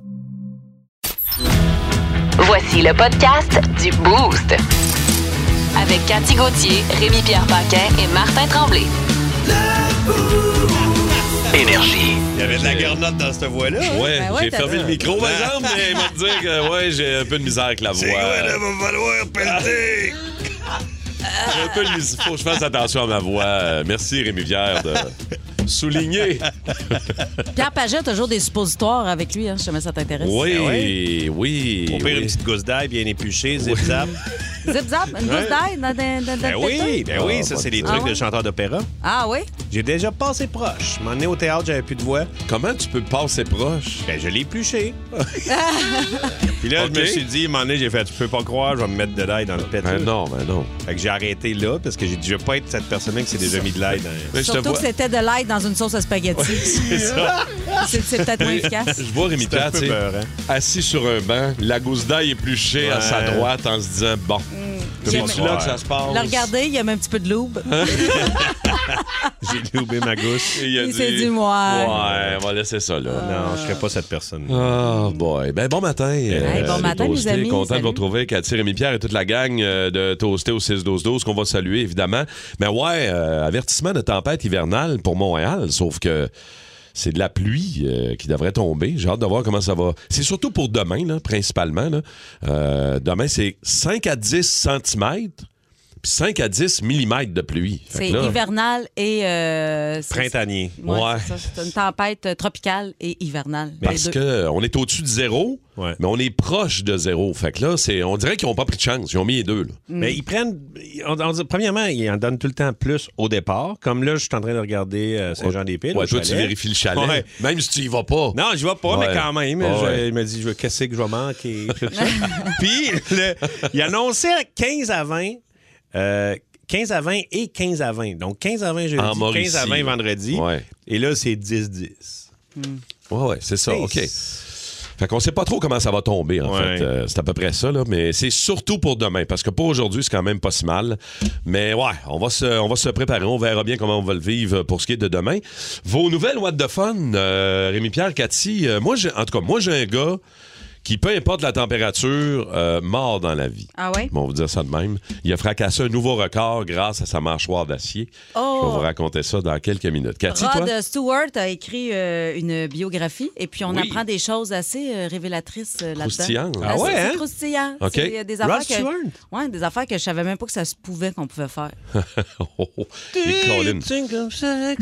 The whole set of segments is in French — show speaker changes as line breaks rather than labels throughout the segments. Voici le podcast du Boost. Avec Cathy Gauthier, Rémi-Pierre Paquin et Martin Tremblay.
Énergie.
Il y avait de la garnotte dans cette voix-là. hein?
Ouais,
Ben ouais,
j'ai
t'as
fermé
dit.
le micro, par exemple, mais il m'a dit que ouais, j'ai un peu de misère avec la voix.
C'est quoi, là, va falloir pelleter?
J'ai un peu
Ah!
de misère. Faut que je fasse attention à ma voix. Euh, Merci, Rémi Vière, de souligner.
Pierre Paget a toujours des suppositoires avec lui, hein, si jamais ça t'intéresse.
Ben
Oui, oui.
Ah Au pire, une
oui.
petite gousse d'ail bien épluchée, zip-zap.
Zip zap, une
Ouais.
gousse d'ail dans dans- dans- dans
ben
le
oui,
péteux.
ben oui, ça, c'est des
Ah
trucs
ouais?
de chanteur d'opéra.
Ah oui?
J'ai déjà passé proche. Je m'en ai au théâtre, j'avais plus de voix.
Comment tu peux passer proche?
Ben, je l'ai épluché. Puis là,
Ok.
je me suis dit, à un moment donné, j'ai fait, tu peux pas croire, je vais me mettre de l'ail dans le péteux.
Ben non, ben non.
Fait que j'ai arrêté là parce que j'ai dit, je veux pas être cette personne qui s'est déjà mis de l'ail dans.
Mais Ben, je te
Surtout
vois.
que c'était de l'ail dans une sauce à spaghetti.
C'est ça.
C'est c'est peut-être moins efficace.
Je vois Rémi
C'est un
Pierre,
peu
tu sais,
peur, hein?
assis sur un banc, la gousse d'ail épluchée à
Ouais.
sa droite en se disant Bon,
Je peux pas
c'est
croire.
là que ça se passe.
Mm.
Hein?
Le regarder, il y a même un petit peu de loube.
J'ai loupé ma gousse.
Et il a
Il
dit
s'est dit, Ouais.
Ouais, on va laisser ça là.
Non, je serais pas cette personne.
Oh boy. Ben bon matin. euh,
bon
les
matin,
toastés.
les amis.
Content de
Salut.
vous retrouver Cathy, Rémi Pierre et toute la gang euh, de Toasté au 6-12-12 qu'on va saluer évidemment. Mais ouais, euh, avertissement de tempête hivernale pour Montréal, sauf que c'est de la pluie euh, qui devrait tomber. J'ai hâte de voir comment ça va. C'est surtout pour demain, là, principalement. là. Euh, demain, c'est 5 à 10 cm, puis 5 à 10 mm de pluie. Fait que
C'est
là,
hivernal et. euh, c'est-
Printanier.
Ouais,
Ouais.
c'est ça. C'est une tempête euh, tropicale et hivernale. les
Parce
deux.
que on est au-dessus de zéro,
Ouais.
mais on est proche de zéro. Fait que là, c'est, on dirait qu'ils n'ont pas pris de chance. Ils ont mis les deux. là.
Mm.
Mais ils prennent. on- on dit- premièrement, ils en donnent tout le temps plus au départ. Comme là, je suis en train de regarder euh, Saint-Jean-des-Piles.
Ouais,
au
toi, tu
chalet.
vérifies le chalet.
Ouais.
Même si tu y vas pas.
Non, je vais pas,
Ouais.
mais quand même.
Ouais,
je-
ouais.
Il me dit, je veux- qu'est-ce que je vais manquer? tout ça. Puis, le- il annonçait 15 à 20. euh, 15 à 20 et 15 à 20. Donc, 15 à 20 jeudi,
En Mauricie.
15 à 20 vendredi.
Ouais.
Et là, c'est 10-10.
Ouais, ouais, c'est ça.
Hey,
OK.
c'est-
Fait qu'on sait pas trop comment ça va tomber, en
Ouais.
fait. Euh, c'est à peu près ça, là. Mais c'est surtout pour demain, parce que pour aujourd'hui, c'est quand même pas si mal. Mais ouais, on va, se, on va se préparer. On verra bien comment on va le vivre pour ce qui est de demain. Vos nouvelles What the Fun, euh, Rémi-Pierre, Cathy. euh, moi, j'ai- en tout cas, moi, j'ai un gars qui, peu importe la température, euh, mort dans la vie.
Ah ouais?
Bon, on va vous dire ça de même. Il a fracassé un nouveau record grâce à sa mâchoire d'acier. Je vais vous
Oh!
raconter ça dans quelques minutes. Cathy, toi?
Rod Stewart a écrit euh, une biographie et puis on
Oui.
apprend des choses assez euh, révélatrices euh, là-dedans.
Croustillantes.
Ah ouais,
c'est- c'est
hein?
croustillant.
OK.
C'est euh, des
Rod
affaires que
Stewart?
Ouais, des affaires que je savais même pas que ça se pouvait qu'on pouvait faire.
Oh, oh. Et Colin,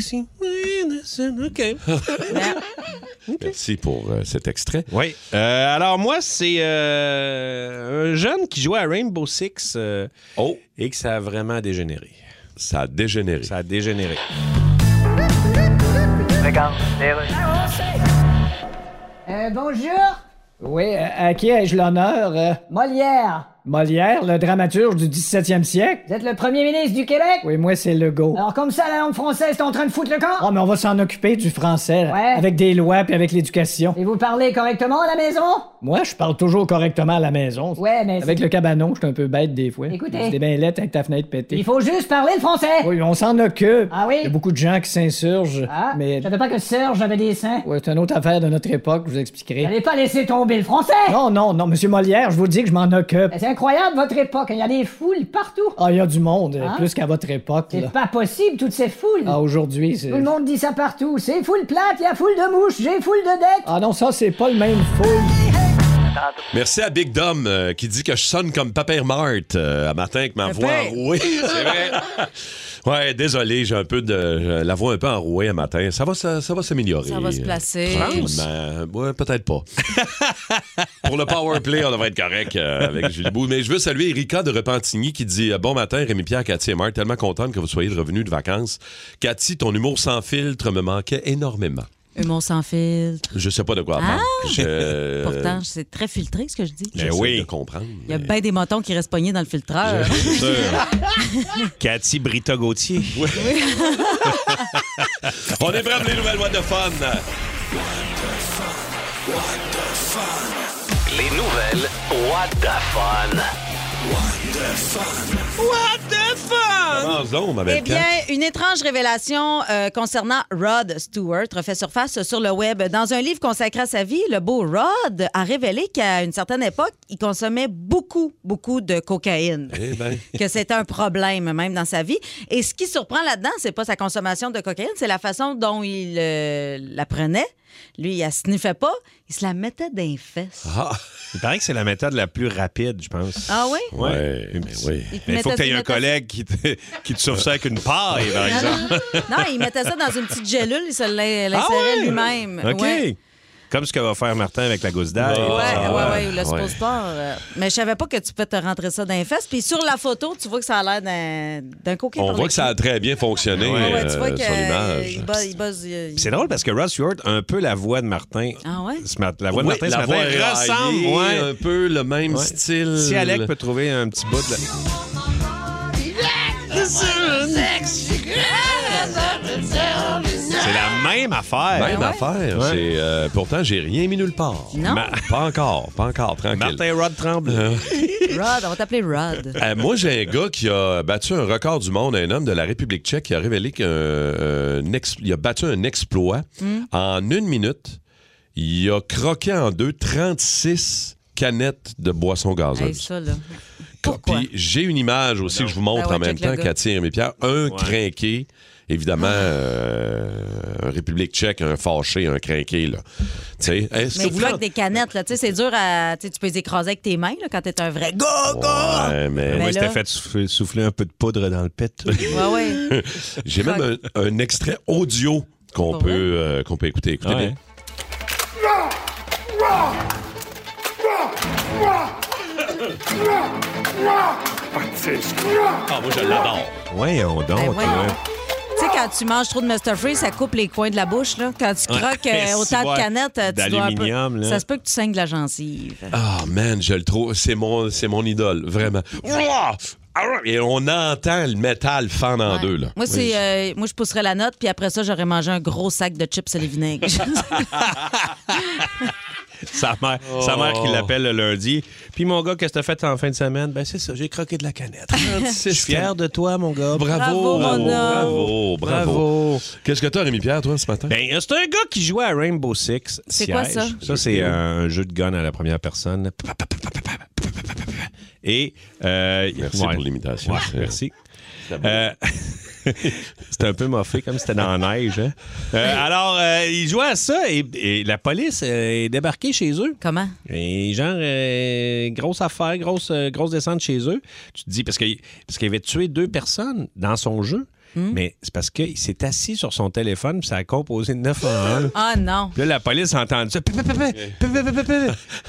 OK.
Mais-
merci pour euh, cet extrait.
Oui. Euh, alors, moi, c'est euh, un jeune qui jouait à Rainbow Six euh,
Oh,
et que ça a vraiment dégénéré.
ça a dégénéré.
Ça a dégénéré.
Euh, bonjour. Oui, euh, à qui ai-je l'honneur? euh?
Molière,
Molière, le dramaturge du 17e siècle?
vous êtes le premier ministre du Québec?
Oui, moi, c'est Legault.
Alors comme ça, la langue française est en train de foutre le camp?
Oh, mais on va s'en occuper du français, là,
Ouais.
avec des lois puis avec l'éducation.
Et vous parlez correctement à la maison?
Moi, je parle toujours correctement à la maison.
Ouais, mais...
Avec le cabanon, je suis un peu bête des fois.
Écoutez.
C'est bien lettre avec ta fenêtre pétée.
Il faut juste parler le français!
Oui, on s'en occupe.
Ah oui?
Il y a beaucoup de gens qui s'insurgent.
Ah,
mais
je savais pas que Serge avait des seins.
ouais, c'est une autre affaire de notre époque, je vous
Vous
expliquerai.
n'allez pas laisser tomber le français!
Non, non, non, Monsieur Molière, je vous dis que je m'en occupe.
Mais C'est incroyable, votre époque, il y a des foules partout!
Ah, il y a du monde,
Hein?
plus qu'à votre époque. là.
C'est pas possible, toutes ces foules!
Ah, aujourd'hui, c'est...
Tout le monde dit ça partout. C'est foule plate, il y a foule de mouches, j'ai foule de dettes!
Ah non, ça, c'est pas le même fou.
Merci à Big Dom euh, qui dit que je sonne comme Papa Mart euh, à matin avec ma voix
Pépère.
enrouée. C'est vrai. ouais, désolé, j'ai un peu de j'ai la voix un peu enrouée à matin. Ça va, ça, ça va s'améliorer. euh,
Ça va se placer.
Tranquillement. Ouais, peut-être pas. Pour le power play, on devrait être correct euh, avec Julie Bou. Mais je veux saluer Erika de Repentigny qui dit euh, Bon matin, Rémi-Pierre, Cathy et Marc. Tellement contente que vous soyez revenus de vacances. Cathy, ton humour sans filtre me manquait énormément.
Humour sans filtre.
Je sais pas de quoi elle parle.
Ah!
Je-
Pourtant, c'est très filtré ce que je dis.
j'essaie
Euh. Ben oui.
de comprendre.
Il y a bien des moutons qui restent pognés dans le filtreur.
Euh, C'est sûr.
Cathy Brita Gauthier.
On est prêts pour les nouvelles What de Fun.
Les nouvelles What the Fun.
Commence donc, Oh, ma
Eh
belle
bien,
Kat.
une étrange révélation euh, concernant Rod Stewart fait surface sur le web. Dans un livre consacré à sa vie, le beau Rod a révélé qu'à une certaine époque, il consommait beaucoup, beaucoup de cocaïne.
Eh ben,
que c'était un problème même dans sa vie. Et ce qui surprend là-dedans, c'est pas sa consommation de cocaïne, c'est la façon dont il euh, la prenait. Lui, il la sniffait pas, il se la mettait dans les fesses.
ah.
Il paraît que c'est la méthode la plus rapide, je pense.
Ah oui?
Ouais.
Ouais, mais oui.
Il te
Mais il faut que
mettait-
tu aies
il
un
mettait-
collègue qui te, qui te sauve ça avec une paille, par
Non,
exemple.
non, non. Non, il mettait ça dans une petite gélule, il se l'in-
Ah
l'insérait
ouais?
lui-même.
OK.
Ouais.
Comme ce que va faire Martin avec la gousse d'ail.
Ouais,
Ah,
ouais, ouais, ou le
ouais.
suppositoire. euh. Mais je savais pas que tu peux te rentrer ça dans les fesses. Puis sur la photo, tu vois que ça a l'air d'un, d'un coquin.
On
par
voit
le
que ça a très bien fonctionné,
cul. Ouais, ouais,
euh,
tu vois que,
son
euh,
image.
il buzz- il buzz, il-
C'est drôle parce que Ross Stewart a un peu la voix de Martin.
Ah ouais?
ce mat- La voix de
Oui,
Martin
la
ce matin
voix éraillée,
ressemble. ouais.
un peu le même
Ouais.
style.
Si Alec peut trouver un petit bout de la... C'est la même affaire.
Même affaire.
Ouais.
C'est, euh, pourtant, j'ai rien mis nulle part.
Non?
Ma- Pas encore, pas encore, tranquille.
Martin Rod Tremble.
Rod, on va t'appeler Rod.
Euh, moi, j'ai un gars qui a battu un record du monde, un homme de la République tchèque qui a révélé qu'il a battu un exploit
Mm.
en une minute. Il a croqué en deux 36 canettes de boissons
Hey,
gazeuses.
ça, là. Pourquoi?
Puis j'ai une image aussi que je vous montre
Ah ouais,
en même
check le
temps,
gars.
Cathy et mes pierres. Un crinqué, évidemment, euh, un République tchèque, un fâché, un crinqué. Là. Tu sais, est-ce
Mais
que
il
vous
croque
l'en-
des canettes, là. Tu sais, c'est dur à. Tu sais, tu peux les écraser avec tes mains, là, quand t'es un vrai gars.
Ouais, mais
Ben
Moi,
là-
j'étais fait souffler, souffler un peu de poudre dans le pet.
Ouais, ouais.
J'ai même un, un extrait audio qu'on
Pour
peut,
vrai?
euh, qu'on peut écouter. Écoutez
Ouais.
bien. Ah, moi, je l'adore.
Voyons donc.
Ben, voyons.
là.
Tu sais, quand tu manges trop de Mr. Free, ça coupe les coins de la bouche, là. Quand tu croques
Ouais,
euh, autant
si,
de
ouais.
canettes, euh, tu dois un peu.
D'aluminium, là.
Ça se peut que tu saignes de la gencive.
Ah, man, je le trouve. C'est mon, c'est mon idole, vraiment. Ouah! Ah, Et on entend le métal fendre en
Ouais.
deux, là.
Moi, c'est, euh, moi, je pousserais la note, puis après ça, j'aurais mangé un gros sac de chips et les vinaigres.
Sa mère, sa mère
Oh.
qui l'appelle le lundi. Puis mon gars, qu'est-ce que t'as fait en fin de semaine? Ben c'est ça, j'ai croqué de la canette. Je suis fier de toi, mon gars.
Bravo,
Bravo, bravo,
mon
bravo, bravo.
Bravo.
Qu'est-ce que t'as, Rémi Pierre, toi, ce matin?
Ben, c'est un gars qui jouait à Rainbow Six.
C'est
Siège.
quoi ça?
Ça, c'est un jeu de gun à la première personne. Et. euh,
Merci pour l'imitation.
Ouais,
C'est-
merci. Euh, C'était un peu moffé, comme c'était dans la neige. hein. Euh, alors, euh, il jouait à ça et, et la police euh, est débarquée chez eux.
Comment?
Et genre, euh, grosse affaire, grosse, euh, grosse descente chez eux. Tu te dis, parce qu'il parce qu'il avait tué deux personnes dans son jeu,
Hmm?
mais c'est parce qu'il s'est assis sur son téléphone puis ça a composé 9 en 1.
Ah non.
Puis là, la police a entendu ça. Pi, pi, pi, pi, pi, pi, pi, pi, pi.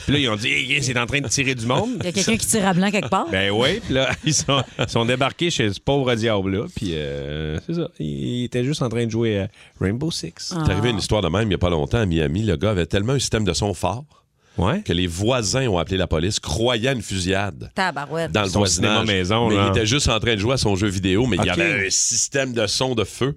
Puis là, ils ont dit, Hey, hey, c'est en train de tirer du monde.
Il y a quelqu'un qui tire à blanc quelque
Ah.
part?
Ben oui, puis là, ils sont, ils sont débarqués chez ce pauvre diable-là. Puis euh, c'est ça, il était juste en train de jouer à Rainbow Six.
C'est arrivé une histoire de même il n'y a pas longtemps à Miami. Le gars avait tellement un système de son fort
Ouais.
que les voisins ont appelé la police, croyant une fusillade.
Tabarouette.
Dans le
Son
voisinage.
cinéma maison,
mais
là.
il était juste en train de jouer à son jeu vidéo, mais il y
Ok.
avait un système de son de feu.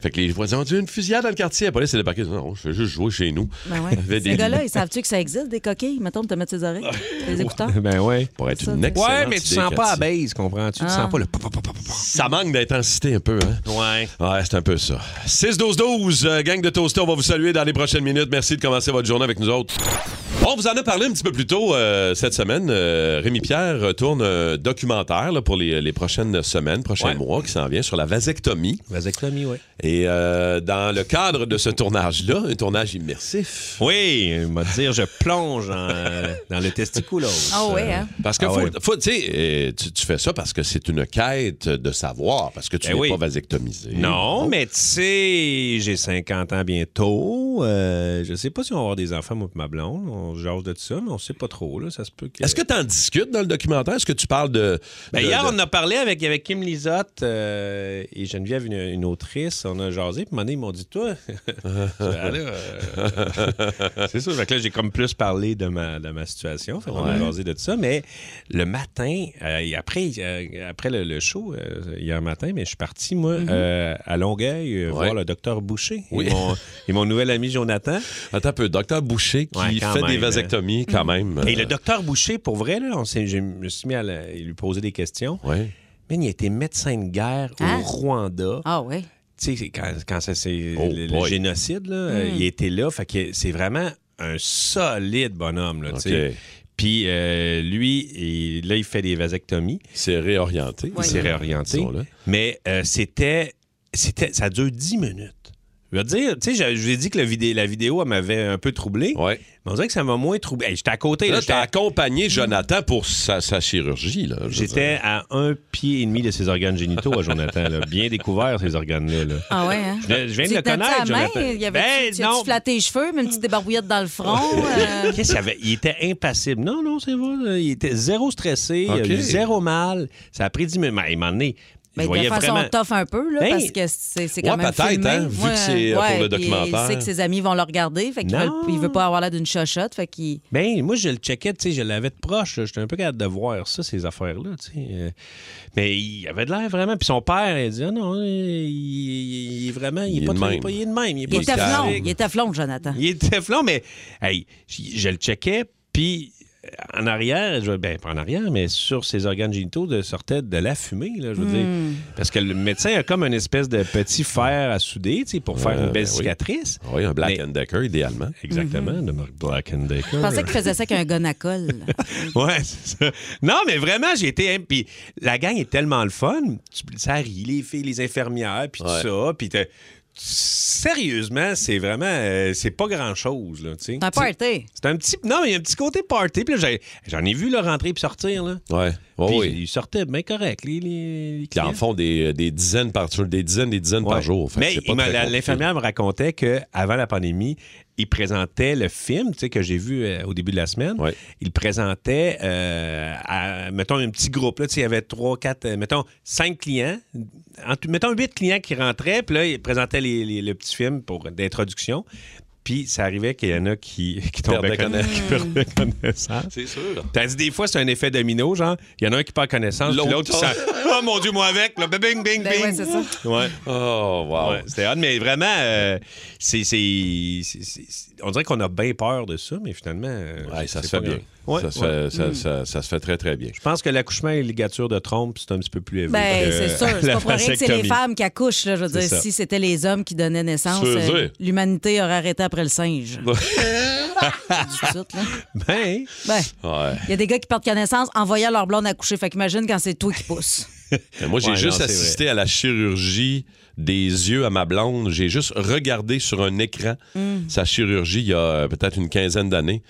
Fait que les voisins ont dit une fusillade dans le quartier. La police est débarquée. Ils ont dit, Non, je vais juste jouer chez nous.
Ben
Il y avait
ouais.
des-
Ces gars-là, ils savent-tu que ça existe, des coquilles? Mettons, de te mettre ses oreilles, les écouteurs.
Ben ouais.
Pour être
Ça,
une
c'est- Ah.
excellente
ouais, mais tu
idée,
sens pas la
Cathy.
base, comprends-tu? Tu sens pas le... pa, pa, pa, pa, pa, pa.
Ça manque d'intensité un peu, hein?
Ouais.
Ouais, c'est un peu ça. 6-12-12, euh, gang de Toasté, on va vous saluer dans les prochaines minutes. Merci de commencer votre journée avec nous autres. On vous en a parlé un petit peu plus tôt euh, cette semaine. Euh, Rémi Pierre tourne un documentaire là, pour les, les prochaines semaines, prochains
Ouais.
mois qui s'en vient sur la vasectomie.
Vasectomie, oui.
Et euh, dans le cadre de ce tournage-là, un tournage immersif.
Oui, il m'a dire, je plonge en- dans le testiculose.
Oh.
Ah ouais, hein?
Euh, Parce que
Ah
faut,
ouais.
faut- tu sais, euh, tu, tu fais ça parce que c'est une quête de savoir, parce que tu
Eh
n'es
oui.
Oh. pas vasectomisé.
Non, mais tu sais, j'ai 50 ans bientôt. bientôt. euh, je sais pas si on va avoir des enfants, moi et ma blonde. On jase de tout ça, mais on sait pas trop. Là. Ça se peut que...
Est-ce que tu en discutes dans le documentaire? Est-ce que tu parles de.
Ben,
de-
hier,
de-
on a parlé avec, avec Kim Lisotte euh, et Geneviève, une, une autrice. On a jasé. Puis, à un moment donné, ils m'ont dit Toi, Je dis, Ah, là, euh, c'est ça. Fait que là, j'ai comme plus parlé de ma, de ma situation. Fait qu'on a jasé de tout ça. Mais le matin, euh, et après, euh, après le, le show, euh, hier matin, mais je suis parti, moi, euh, à Longueuil, euh, voir le docteur Boucher
Mm-hmm. Oui.
et, mon, et mon nouvel ami Jonathan.
Attends un peu, docteur Boucher qui
Ouais, quand
fait des
même, hein.
vasectomies quand
Mhm.
même. euh,
Et le docteur Boucher, pour vrai, là, on s'est- je me suis mis à la- lui poser des questions.
Ouais.
Man, il a été médecin de guerre
Hein?
au Rwanda.
Ah oui.
Tu sais, c'est quand, quand ça, c'est
Oh
le, le
boy.
génocide, là, euh,
Hmm.
il était là. Fait que c'est vraiment un solide bonhomme. Là, tu sais.
Ok.
Puis euh, lui, il- là, il fait des vasectomies.
Il s'est réorienté.
Il s'est réorienté.
Disons-le.
Mais euh, c'était, c'était. Ça dure 10 minutes. Je veux dire, tu sais, je, je vous ai dit que la vidéo, la vidéo elle m'avait un peu troublé.
Ouais.
Mais on dirait que ça m'a moins troublé. Hey, j'étais à côté. là,
Là,
j'étais
t'as accompagné Jonathan pour sa, sa chirurgie. Là, je veux
J'étais à un pied et demi de ses organes génitaux à Jonathan. là. Bien découvert, ces organes-là. là.
Ah ouais, hein?
Je viens- je viens
Tu
de le
tenais
connaître,
sa main,
Jonathan.
Il y avait
Ben,
tu, tu
non.
as-tu flatté les cheveux, même une petite débarbouillette dans le front. euh?
Qu'est-ce qu'il y avait? Il était impassible. Non, non, c'est vrai. là. Il était zéro stressé, il
Ok.
a eu zéro mal. Ça a pris 10 minutes. Mais à un moment donné, je
Ben, de
voyais
façon
vraiment.
tough un peu, là,
Ben,
parce que c'est c'est quand
ouais,
même
peut-être,
filmé.
hein, vu que
Ouais,
c'est, euh, pour
ouais,
le
puis Il
documentaire.
sait que ses amis vont le regarder, fait qu'il veut,
Non.
il veut pas avoir l'air d'une chochotte, fait qu'il...
Ben, moi, je le checkais, tu sais, je l'avais de proche. là. J'étais un peu capable de voir ça, ces affaires-là, tu sais. Euh, Mais il avait de l'air vraiment. Puis son père, il dit, ah non, il, il- il est vraiment, il,
Il
est
est
pas
de
trop-
même.
pas- il est de même. Il est
Il
pas
est teflon,
stressé.
il est teflon, Jonathan.
Il est teflon, mais hey, je, je le checkais, puis euh, en arrière, je, ben pas en arrière, mais sur ses organes génitaux de, sortait de la fumée, là, je veux dire.
Hmm.
Parce que le médecin a comme une espèce de petit fer à souder, tu sais, pour faire
Ouais,
une belle
ben oui.
cicatrice.
dire. Oui, un Black
Mais-
and Decker, idéalement.
Exactement,
Mhm.
de Mark Black and Decker.
Je pensais qu'il faisait ça avec un gun à colle.
Ouais, c'est ça. Non, mais vraiment, j'ai été. Puis la gang est tellement le fun. Tu- Ça rit, les filles, les infirmières, puis
Ouais.
tout ça. Puis t'as- sérieusement, c'est vraiment. euh, c'est pas grand-chose, là, tu sais.
C'est un party.
C'est un petit. Non, mais il y a un petit côté party. Puis là, j'ai- j'en ai vu le rentrer puis sortir. Là.
Ouais. Ouais,
Puis
oui.
Ils sortaient bien correct, les, les, les
Qui en
clients.
font des, euh, des dizaines par des dizaines, des dizaines
Ouais.
par jour. Fait que
Mais
c'est pas
il m'a-
très
la-
compliqué.
l'infirmière me racontait qu'avant la pandémie, il présentait le film tu sais, que j'ai vu euh, au début de la semaine.
Ouais.
Il présentait, euh, à, mettons, un petit groupe. Là, tu sais, il y avait trois, quatre, euh, mettons, cinq clients. En tout- mettons, huit clients qui rentraient. Puis là, il présentait les- les- le petit film pour d'introduction. Puis ça arrivait qu'il y en a qui, qui tombaient
Perdaient conna-
conna- qui perdaient connaissance.
C'est sûr.
T'as dit des fois, c'est un effet domino, genre, il y en a un qui perd connaissance, puis
L'autre
l'autre qui
tombe.
sent Oh mon Dieu, moi avec, là, bing, bing, bing.
Ben ouais, c'est ça.
Ouais.
Oh, wow.
Ouais, c'était hot, mais vraiment, euh, c'est, c'est- c'est- c'est- c'est- on dirait qu'on a bien peur de ça, mais finalement. euh,
Ouais, ça
c'est
se fait
pas
bien.
grave. Ouais,
ça, se
ouais. Mm.
fait, ça, ça- ça se fait très, très bien.
Je pense que l'accouchement et la ligature de trompe, c'est un petit peu plus élevé.
Ben,
que
c'est sûr. C'est
euh, la
pas pour rien que c'est les
vasectomie.
femmes qui accouchent. Là, je veux
C'est
dire,
ça.
si c'était les hommes qui donnaient naissance,
C'est
euh,
vrai.
l'humanité aurait arrêté après le singe. Du tout, là.
Ben,
Ben,
Ouais.
il y a des gars qui portent connaissance en voyant leur blonde accoucher. Fait qu'imagine quand c'est toi qui pousse.
Mais moi, j'ai
Ouais,
juste
non, c'est
assisté à la chirurgie des yeux à ma blonde. J'ai juste regardé sur un écran
Mm.
sa chirurgie il y a euh, peut-être une quinzaine d'années.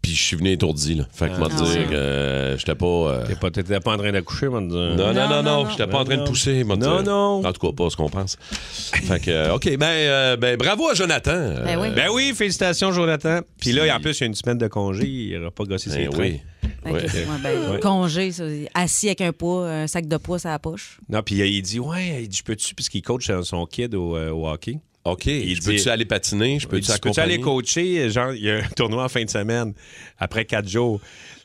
Puis je suis venu étourdi. Là. Fait que moi, dire que euh, j'étais pas. euh,
t'es pas, t'étais pas en train d'accoucher, moi, de dire.
Non, non, non, non,
non.
j'étais pas en train de
Non,
pousser. moi,
non.
dire.
Non, non.
En tout cas, pas ce qu'on pense. fait que, euh, OK, ben, euh, ben, bravo à Jonathan. Euh,
Ben oui.
Ben oui, félicitations, Jonathan. Puis là, en plus, il y a une semaine de congé, il n'aura pas gossé ses
ben
trains.
oui.
Fait que,
Ouais.
ouais, ben,
Ouais.
Congé, ça, assis avec un poids, un sac de poids sur la poche.
Non, puis il dit, ouais, il dit, je peux-tu, puisqu'il coach son- son kid au, euh, au hockey.
OK, je
dit-
peux-tu aller patiner? Je
peux
peux-tu
tu peux-tu
accompagner?
aller coacher? Genre, il y a un tournoi en fin de semaine, après quatre jours.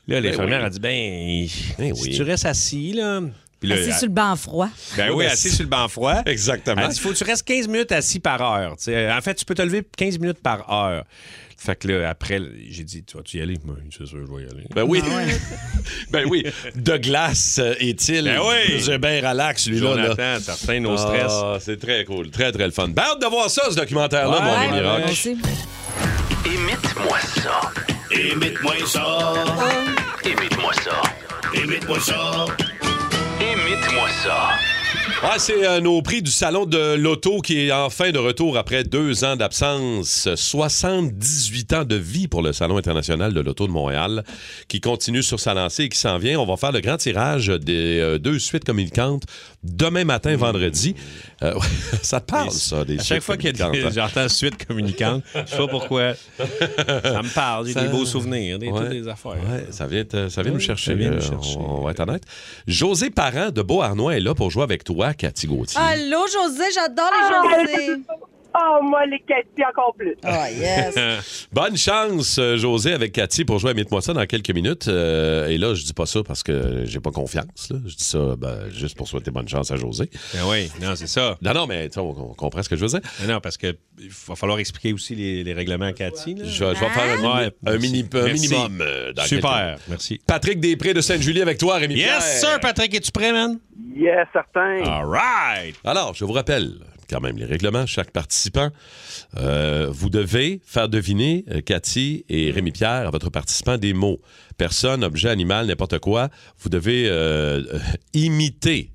Là, l'infirmière
oui.
a dit, ben,
Ben
si
oui.
tu restes assis, là. Puis là,
assis
elle-
sur le banc froid.
Ben oui, assis sur le banc froid.
Exactement.
Elle dit, faut que tu restes 15 minutes assis par heure. tu sais. En fait, tu peux te lever 15 minutes par heure. Fait que là, après, j'ai dit, tu vas-tu y aller? Moi, c'est sûr, je vais y aller.
Ben oui.
Ah
ben oui. De glace euh, est-il.
Ben oui.
J'ai bien relax, lui-là. là.
Jonathan, ça reteint nos stress.
Ah, c'est très cool. Très, très le fun. Ben, hâte de voir ça, ce documentaire-là,
Ouais,
mon
ouais,
Rémi
ouais,
Rock.
ouais.
Aussi.
Imite-moi ça. Imite-moi ça. Imite-moi ça. Imite-moi ça. Imite-moi ça.
Ouais, c'est euh, nos prix du salon de l'auto qui est enfin de retour après deux ans d'absence. 78 ans de vie pour le Salon international de l'auto de Montréal qui continue sur sa lancée et qui s'en vient. On va faire le grand tirage des euh, deux suites communicantes demain matin, vendredi. Euh, ouais, ça te parle, ça,
Hmm. À
des suites
chaque fois qu'il y a
communicantes,
des...
hein?
J'entends suite communicante. Je sais pas pourquoi. Ça me parle. J'ai
Ça-
des beaux souvenirs. Des,
Ouais.
Toutes des affaires.
Ouais, ça vient, te- ça vient nous chercher.
ça vient nous
euh,
chercher.
On, on va être honnête. José Parent de Beauharnois est là pour jouer avec toi, Cathy Gauthier.
Allô, Ah, José, j'adore les José.
Oh, moi, les questions encore plus.
Oh,
Ah, yes.
Bonne chance, euh, José, avec Cathy pour jouer à Mite-moi ça dans quelques minutes. Euh, et là, je dis pas ça parce que j'ai pas confiance. là. Je dis ça ben, juste pour souhaiter bonne chance à José.
Ben oui, non, c'est ça.
Non, non, mais tu sais, on, on comprend ce que je veux dire.
Mais non, parce qu'il va falloir expliquer aussi les, les règlements à Cathy. là.
Je, vais- je vais faire
Hein?
un,
Ouais,
un
merci.
mini- un
Merci.
minimum. euh, dans quelques
Super,
minutes.
merci.
Patrick Després de Sainte-Julie avec toi, Rémi Pierre.
Yes, sir, Patrick, es-tu prêt, man?
Yes, certain.
Ah.
All right.
Alors, je vous rappelle quand même les règlements. Chaque participant, euh, vous devez faire deviner, euh, Cathy et
Mm.
Rémi Pierre, à votre participant des mots. Personne, objet, animal, n'importe quoi. Vous devez euh, euh, imiter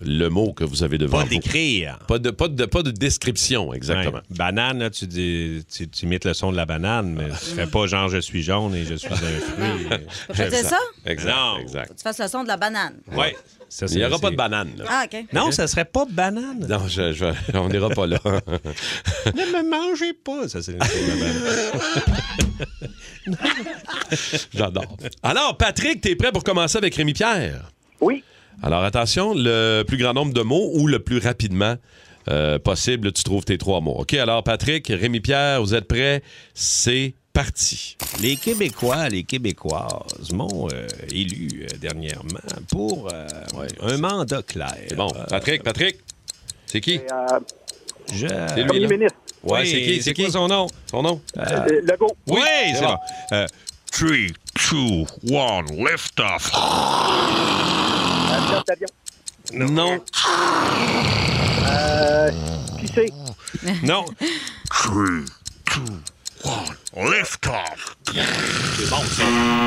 le mot que vous avez devant
Pas
vous.
d'écrire.
Pas de, pas, de, pas de description, exactement.
Ouais. Banane, là, tu, dis, tu, tu imites le son de la banane, mais tu fais pas genre je suis jaune et je suis un fruit.
Tu faisais ça?
Exact,
Non.
exact.
Tu fasses le son de la banane.
ouais. Ça, c'est-
Il n'y aura pas de
c'est-
banane. là.
Ah, OK.
Non, ça serait pas banane.
Non, je- je- on n'ira pas là.
Ne me mangez pas. Ça, c'est une chose de banane.
J'adore. Alors, Patrick, t'es prêt pour commencer avec Rémi Pierre?
Oui.
Alors attention, le plus grand nombre de mots ou le plus rapidement euh, possible, tu trouves tes trois mots. OK, alors Patrick, Rémi Pierre, vous êtes prêts? C'est parti.
Les Québécois, les Québécoises m'ont euh, élu euh, dernièrement pour euh, un mandat clair. Euh,
C'est bon. Patrick, Patrick. C'est qui?
Euh,
Je-
C'est lui.
premier
là.
ministre,
Ouais,
Oui,
c'est qui? C'est qui?
quoi son nom?
Son nom?
euh, Legault.
Oui,
c'est
c'est bon. Euh,
3, 2, 1, lift off.
Euh, pilote d'avion.
Non.
Euh, Qui c'est?
non,
3, 2, 1, lift off.
C'est bon, ça.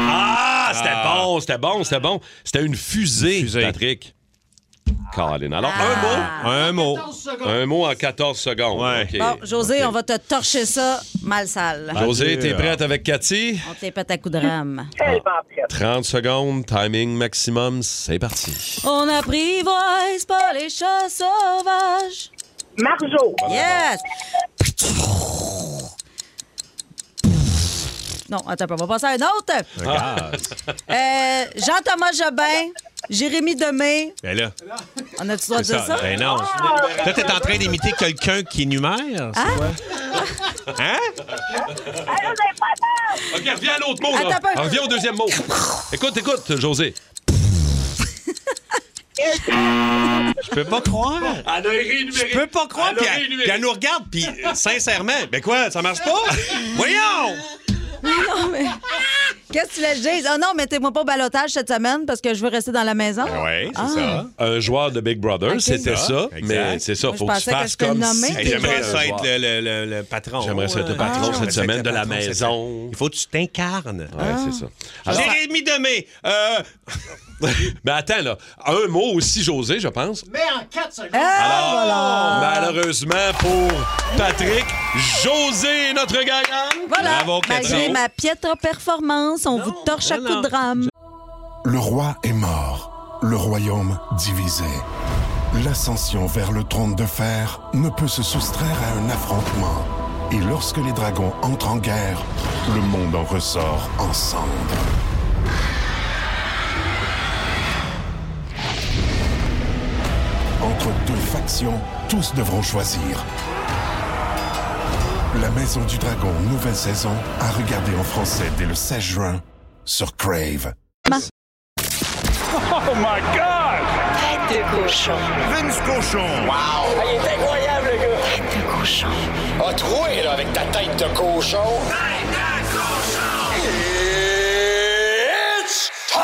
Ah, c'était bon, c'était bon, c'était bon. C'était une fusée,
Fusée. Ah.
Patrick. Colin. Alors,
un mot.
un mot. Un mot en 14 secondes.
Ouais.
OK.
Bon, José, on va te torcher ça mal sale.
José,
Adieu.
t'es prête avec Cathy?
On te pète à coup de Ah. rame.
Tellement prête.
30 secondes, timing maximum, c'est parti.
On apprivoise pas les chats sauvages.
Marjo.
Yes! Non, attends, on va passer à un autre.
Regarde.
Euh, Jean-Thomas Jobin, Jérémy Demé.
Ben là,
On a-tu le droit de
c'est
dire ça? Ah!
ça. Ben non.
Ah.
Là, t'es en train d'imiter quelqu'un qui
Hein?
énumère. c'est quoi? Hein?
Allô, les patins!
OK, reviens à l'autre mot.
Attends
là.
un peu.
Reviens au deuxième mot. écoute, écoute, José.
Eh,
Je peux pas croire.
Elle a réénuméré.
Je peux pas croire.
Elle a
Puis elle,
réénuméré.
puis elle nous regarde, puis euh, sincèrement, ben quoi, ça marche pas? Voyons!
Non, mais. Qu'est-ce que tu veux que je dise? Oh non, mettez-moi pas au balotage cette semaine parce que je veux rester dans la maison.
Ben
Oui, c'est
Ah.
ça.
Un joueur de Big Brother,
Ok. Ah,
c'était ça.
Exact.
Mais c'est ça,
Moi, je
faut que tu
pensais que
fasses
c'était
comme
nommé.
si.
Hey,
Hey,
t'étais
J'aimerais
un
ça être
joueur.
le, le- le- le patron.
J'aimerais ça être le
Ah.
patron cette
J'aimerais ça être
semaine
le
de la
patron cette
maison.
semaine. Il faut que tu t'incarnes. Ah.
Ouais, c'est ça. Alors,
Jérémy Demé,
Ah.
euh,
mais attends, là. Un mot aussi, José, je pense.
Ah,
Malheureusement pour Patrick, José est notre gagnant.
voilà.
Bravo, Catherine.
Malgré ma piètre performance, on vous torche
ben
à coups de rame.
Le roi est mort, le royaume divisé. L'ascension vers le trône de fer ne peut se soustraire à un affrontement. Et lorsque les dragons entrent en guerre, le monde en ressort ensemble. Entre deux factions, tous devront choisir. La Maison du Dragon, nouvelle saison, à regarder en français dès le 16 juin sur Crave.
Oh
Tête de cochon. Ah,
Vince Cochon.
Tête de cochon.
A troué, là, avec ta tête de cochon. Tête de cochon! It's time!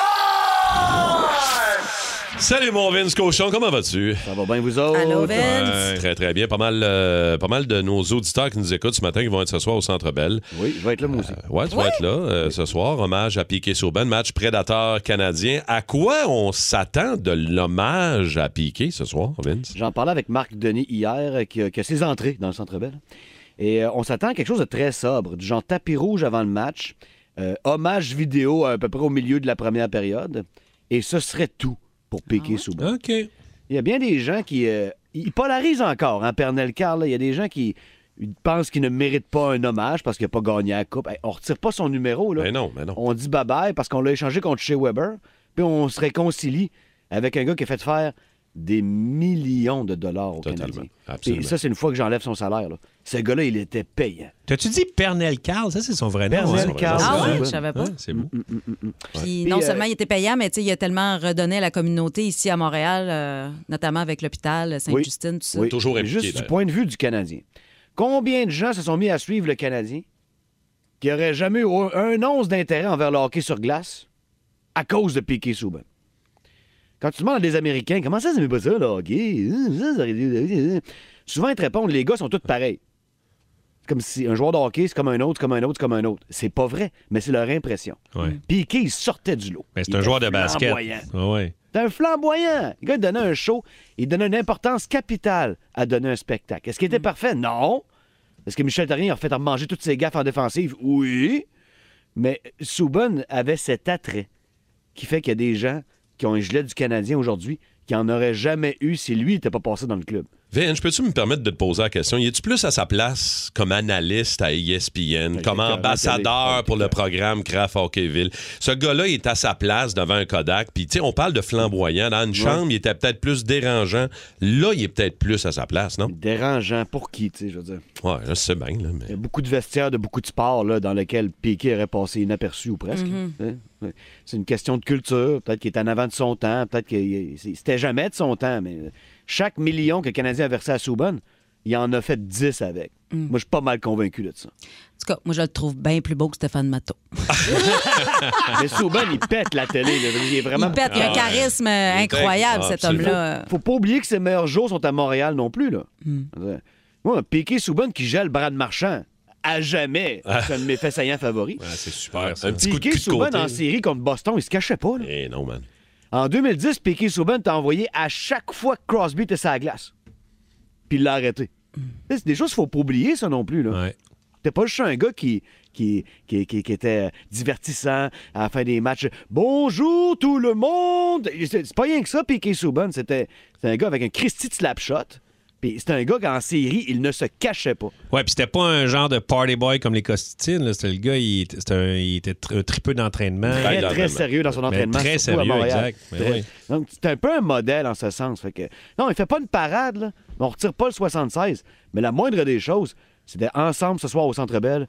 Salut mon Vince Cochon, comment vas-tu? Ça va bien vous autres?
Allô, Vince.
très très bien. Pas mal, euh, pas mal de nos auditeurs qui nous écoutent ce matin qui vont être ce soir au Centre Bell. Oui, je vais être là moi aussi. ouais, tu vas être là euh, ce soir. Hommage à Piquet Souban, match prédateur canadien. À quoi on s'attend de l'hommage à Piquet ce soir, Vince?
J'en parlais avec Marc Denis hier, euh, qui a, qui a ses entrées dans le Centre Bell. Et euh, on s'attend à quelque chose de très sobre, du genre tapis rouge avant le match, euh, hommage vidéo à peu près au milieu de la première période, et ce serait tout pour piquer sous
OK. Il
y a bien des gens qui... euh, ils polarisent encore, hein, Pernel Carl. Il y a des gens qui ils pensent qu'ils ne méritent pas un hommage parce qu'il n'a pas gagné la Coupe. Hey, on retire pas son numéro, là.
Ben non, mais non.
On dit bye-bye parce qu'on l'a échangé contre Shea Weber, puis on se réconcilie avec un gars qui a fait faire des millions de dollars au Canadien.
absolument.
Et ça, c'est une fois que j'enlève son salaire. là. Ce gars-là, il était payant.
T'as-tu dit Pernel Carl? Ça, c'est son vrai nom.
Pernel
hein?
Carl.
Ah ouais, je savais pas.
Ouais, c'est
Mm,
beau.
Puis
Ouais.
non
Puis, euh,
seulement il était payant, mais tu sais, il a tellement redonné à la communauté ici à Montréal, euh, notamment avec l'hôpital Sainte-Justine, tout ça.
Oui. Juste du point de vue du Canadien. Combien de gens se sont mis à suivre le Canadien qui n'auraient jamais eu un once d'intérêt envers le hockey sur glace à cause de Piqué Souban? Quand tu demandes à des Américains, comment ça, ça pas ça, le hockey? Hum, ça, ça aurait dû- Souvent, ils te répondent, les gars sont tous pareils. C'est comme si un joueur de hockey, c'est comme un autre, c'est comme un autre, c'est comme un autre. C'est pas vrai, mais c'est leur impression.
Ouais.
Piqué, il sortait du lot.
Mais Ben, c'est
Il
un
était
joueur de basket.
flamboyant.
Ah ouais.
C'est un flamboyant. Le gars il donnait un show. Il donnait une importance capitale à donner un spectacle. Est-ce qu'il était parfait? Non. Est-ce que Michel Therrien a fait manger toutes ses gaffes en défensive? Oui. Mais Souban avait cet attrait qui fait qu'il y a des gens qui ont un gilet du Canadien aujourd'hui qui en auraient jamais eu si lui n'était pas passé dans le club.
Vince, peux-tu me permettre de te poser la question? Y es-tu plus à sa place comme analyste à E ESPN, comme
écœurant
ambassadeur pour le programme Craft Hockeyville? Ce gars-là, il est à sa place devant un Kodak. Puis, tu sais, on parle de flamboyant. Dans une chambre, il était peut-être plus dérangeant. Là, il est peut-être plus à sa place, non?
Dérangeant pour qui, tu sais, je veux dire?
Ouais, je sais bien, là, mais...
Il y a beaucoup de vestiaires de beaucoup de sports là, dans lesquels Piquet aurait passé inaperçu ou presque.
Mhm.
Hein? Ouais. C'est une question de culture. Peut-être qu'il est en avant de son temps. Peut-être que c'était jamais de son temps. Mais euh, chaque million que le Canadien a versé à Souban, il en a fait 10 avec.
Mm.
Moi, je suis pas mal convaincu de ça.
En tout cas, moi, je le trouve bien plus beau que Stéphane Matteau.
mais Souban, il pète la télé. là. Il est vraiment.
Il pète, il a un
Ah,
charisme euh,
Il est
incroyable,
incroyable,
cet
absolument.
homme-là. Hmm.
Faut pas oublier que ses meilleurs jours sont à Montréal non plus. Là. Moi, Piqué Souban qui gèle Brad Marchand, à jamais, c'est un de mes faits saillants favoris.
c'est super,
Un
Un petit coup de cul de
Souban
côté,
en
là.
série contre Boston, il se cachait pas. Là.
Eh non, man.
En 2010, Piqué Souban t'a envoyé à chaque fois que Crosby était sur la glace. Puis il l'a arrêté. Ça, C'est des choses qu'il faut pas oublier, ça non plus. là. T'es pas juste un gars qui, qui, qui, qui- qui était divertissant à la fin des matchs. Bonjour tout le monde! C'est c'est pas rien que ça, Piqué Souban. C'était c'était un gars avec un Christy de slap shot. Puis c'était un gars qu'en série, il ne se cachait pas.
Ouais, puis c'était pas un genre de party boy comme les Costitines. là. C'était le gars, il, était- c'était un- il était tr- un tripeux d'entraînement.
Très, très sérieux dans son
Mais
entraînement.
Très
surtout à
sérieux,
Montréal.
exact. Mais
Très-
oui.
Donc, c'est un peu un modèle en ce sens. Fait que, non, il fait pas une parade, là. On retire pas le 76. Mais la moindre des choses, c'était ensemble ce soir au Centre Bell,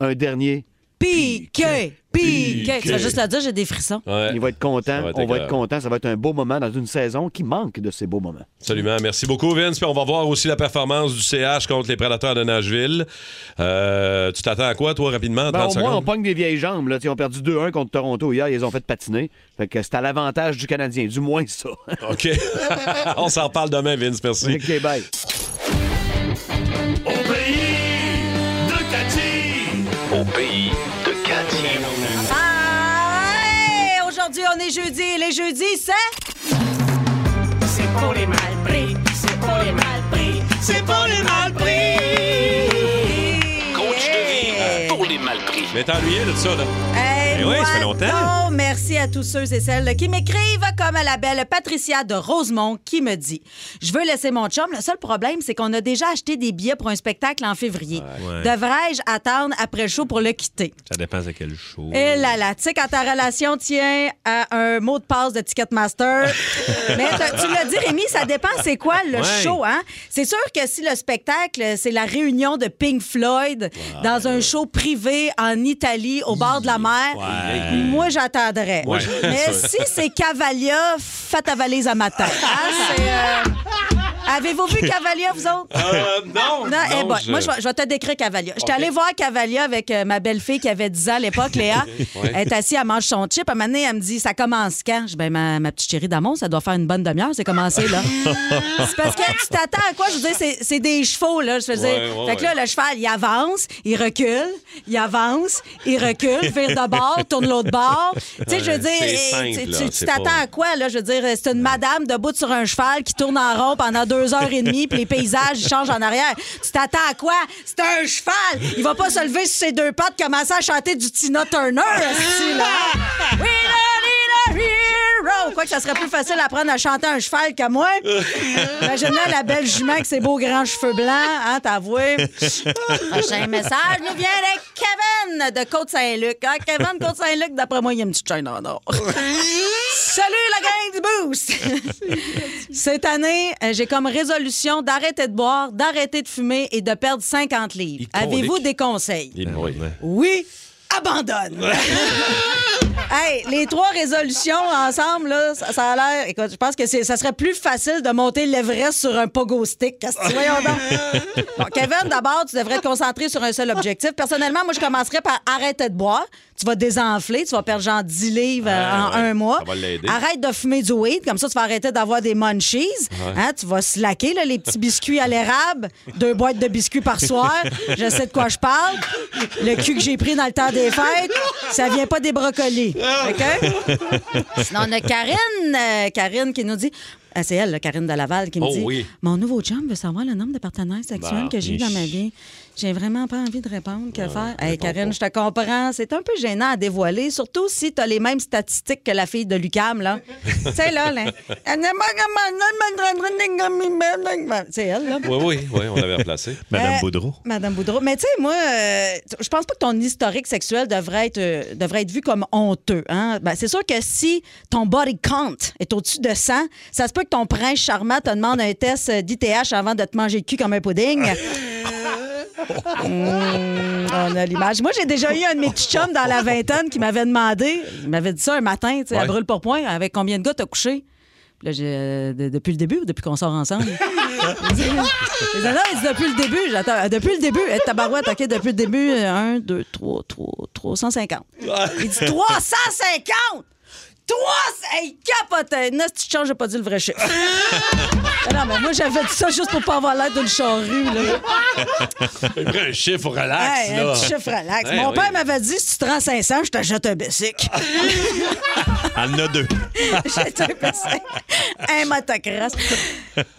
un dernier.
Piqué! Piqué! Tu vas juste le dire, j'ai des frissons.
Il va être content.
être
on va être
écœurant.
content. Ça va être un beau moment dans une saison qui manque de ces beaux moments.
Absolument. Merci beaucoup, Vince. Puis on va voir aussi la performance du CH contre les prédateurs de Nashville. Euh, tu t'attends à quoi, toi, rapidement, en
Ben,
30
au moins, on
secondes?
pogne des vieilles jambes. Là. T'sais, Ils ont perdu 2-1 contre Toronto hier. Ils les ont fait patiner. Fait que c'est à l'avantage du Canadien. Du moins, ça.
OK. on s'en reparle demain, Vince. Merci.
OK, bye.
Au pays de Cathy. Au pays de Cathy.
Hey! Aujourd'hui, on est jeudi. Les jeudis, c'est...
C'est pour les mal pris, c'est pour les mal pris, c'est pour les mal pris.
Coach de vie pour les malpris.
Mais t'es ennuyé de ça, là?
Hey,
Ben oui, ça fait
moi,
longtemps.
non, merci à tous ceux et celles qui m'écrivent, comme à la belle Patricia de Rosemont qui me dit Je veux laisser mon chum. Le seul problème, c'est qu'on a déjà acheté des billets pour un spectacle en février.
Ouais.
Devrais-je attendre après le show pour le quitter?
Ça dépend de quel show.
Et là là, tu sais, quand ta relation tient à un mot de passe de Ticketmaster, mais t'as- tu l'as dit, Rémi, ça dépend c'est quoi le
Ouais.
show, hein? C'est sûr que si le spectacle, c'est la réunion de Pink Floyd dans un show privé en Italie, au bord de la mer,
Ouais.
moi, j'attendrais.
Ouais.
Mais si c'est Cavalia, fais ta valise à matin. Hein, euh, Avez-vous vu Cavalia, vous autres?
Ah,
Euh, non,
Non, eh
non,
boy,
je-
Moi, je vais, je vais te décrire Cavalia. J'étais
Ok.
allée voir Cavalia avec euh, ma belle-fille qui avait 10 ans à l'époque, Léa.
Ouais.
Elle est assise, elle mange son chip. À un moment donné, elle me dit Ça commence quand Je dis ben, ma, ma petite chérie d'amour, ça doit faire une bonne demi-heure, c'est commencé, là. c'est parce que tu t'attends à quoi? Je veux dire, c'est, c'est des chevaux, là. Je veux dire.
Ouais, ouais,
fait que là,
ouais.
le cheval, il avance, il recule, il avance, il recule, vire de bord, tourne l'autre bord. Tu sais, je veux
Ouais,
dire,
c'est
eh,
simple,
tu-
là,
tu- tu
c'est
t'attends
pas-
à quoi, là? Je veux dire, c'est une madame debout sur un cheval qui tourne en rond pendant deux heures et demie, puis les paysages ils changent en arrière. Tu t'attends à quoi? C'est un cheval! Il va pas se lever sur ses deux pattes, commencer à chanter du Tina Turner, esti, là. We don't need a hero! Quoi que ça serait plus facile d'apprendre à chanter un cheval que moi. Imagine-là la belle jument avec ses beaux grands cheveux blancs, hein, t'as avoué. Prochain message nous vient de Kevin de Côte-Saint-Luc. Ah, Kevin de Côte-Saint-Luc, d'après moi, il y a une petite chaîne en or. Salut la gang du Boost! Cette année, euh, j'ai comme résolution d'arrêter de boire, d'arrêter de fumer et de perdre 50 livres. Avez-vous des conseils? Oui, abandonne! Hey, les trois résolutions ensemble, là, ça, ça a l'air. Écoute, je pense que c'est- ça serait plus facile de monter l'Everest sur un pogo stick. Qu'est-ce que tu- voyons
Euh,
donc. Ah, Bon, Kevin, d'abord, tu devrais te concentrer sur un seul objectif. Personnellement, moi, je commencerais par arrêter de boire. Tu vas désenfler, tu vas perdre genre 10 livres euh,
Ouais,
en
ouais,
un mois.
ça va l'aider.
Arrête de fumer du weed, comme ça, tu vas arrêter d'avoir des munchies.
Ouais.
Hein, tu vas slacker là, les petits biscuits à l'érable, deux boîtes de biscuits par soir. Je sais de quoi je parle. Le cul que j'ai pris dans le temps des fêtes, ça vient pas des brocolis. OK? Sinon, on a Karine, euh, Karine qui nous dit. Ah, c'est elle, là, Karine de Laval, qui me
Oh
dit
oui.
Mon nouveau chum veut savoir le nombre de partenaires sexuels
Bah, Ah,
que j'ai eu dans ma vie. J'ai vraiment pas envie de répondre. Que faire Hey, Karine, je te comprends. C'est un peu gênant à dévoiler, surtout si tu as les mêmes statistiques que la fille de Lucam. là. tu sais, là, là. C'est elle, là.
Oui, oui, oui, on l'avait replacé.
Madame Euh, Boudreau. Madame Boudreau. Mais tu sais, moi, euh, je pense pas que ton historique sexuel devrait être, euh, devrait être vu comme honteux. Hein? Ben, c'est sûr que si ton body count est au-dessus de 100, ça se peut que ton prince charmant te demande un test euh, d'ITH avant de te manger le cul comme un pudding. Mmh, on a l'image. Moi, j'ai déjà eu un de mes petits chums dans la vingtaine qui m'avait demandé, il m'avait dit ça un matin, tu sais, à
Ouais.
brûle pour point, avec combien de gars t'as couché? Puis Là, j'ai, euh, de- depuis le début, ou depuis qu'on sort ensemble. Il dit, non, il dit, depuis le début, j'attends. Depuis le début, eh, tabarouette, OK, depuis le début, euh, 1, 2, 3, 3, 350. Il dit 350! 300! Hey, capotin! Non, si tu changes, j'ai pas dit le vrai chiffre. Ah non, mais moi, j'avais dit ça juste pour pas avoir l'air d'une charrue, là.
Il prend un chiffre relax.
Hey,
là.
un petit chiffre relax.
Hey,
Mon
oui.
père m'avait dit si tu te rends 500, je t'achète un Bessic.
Elle en a deux.
J'étais un peu sain. un motocross.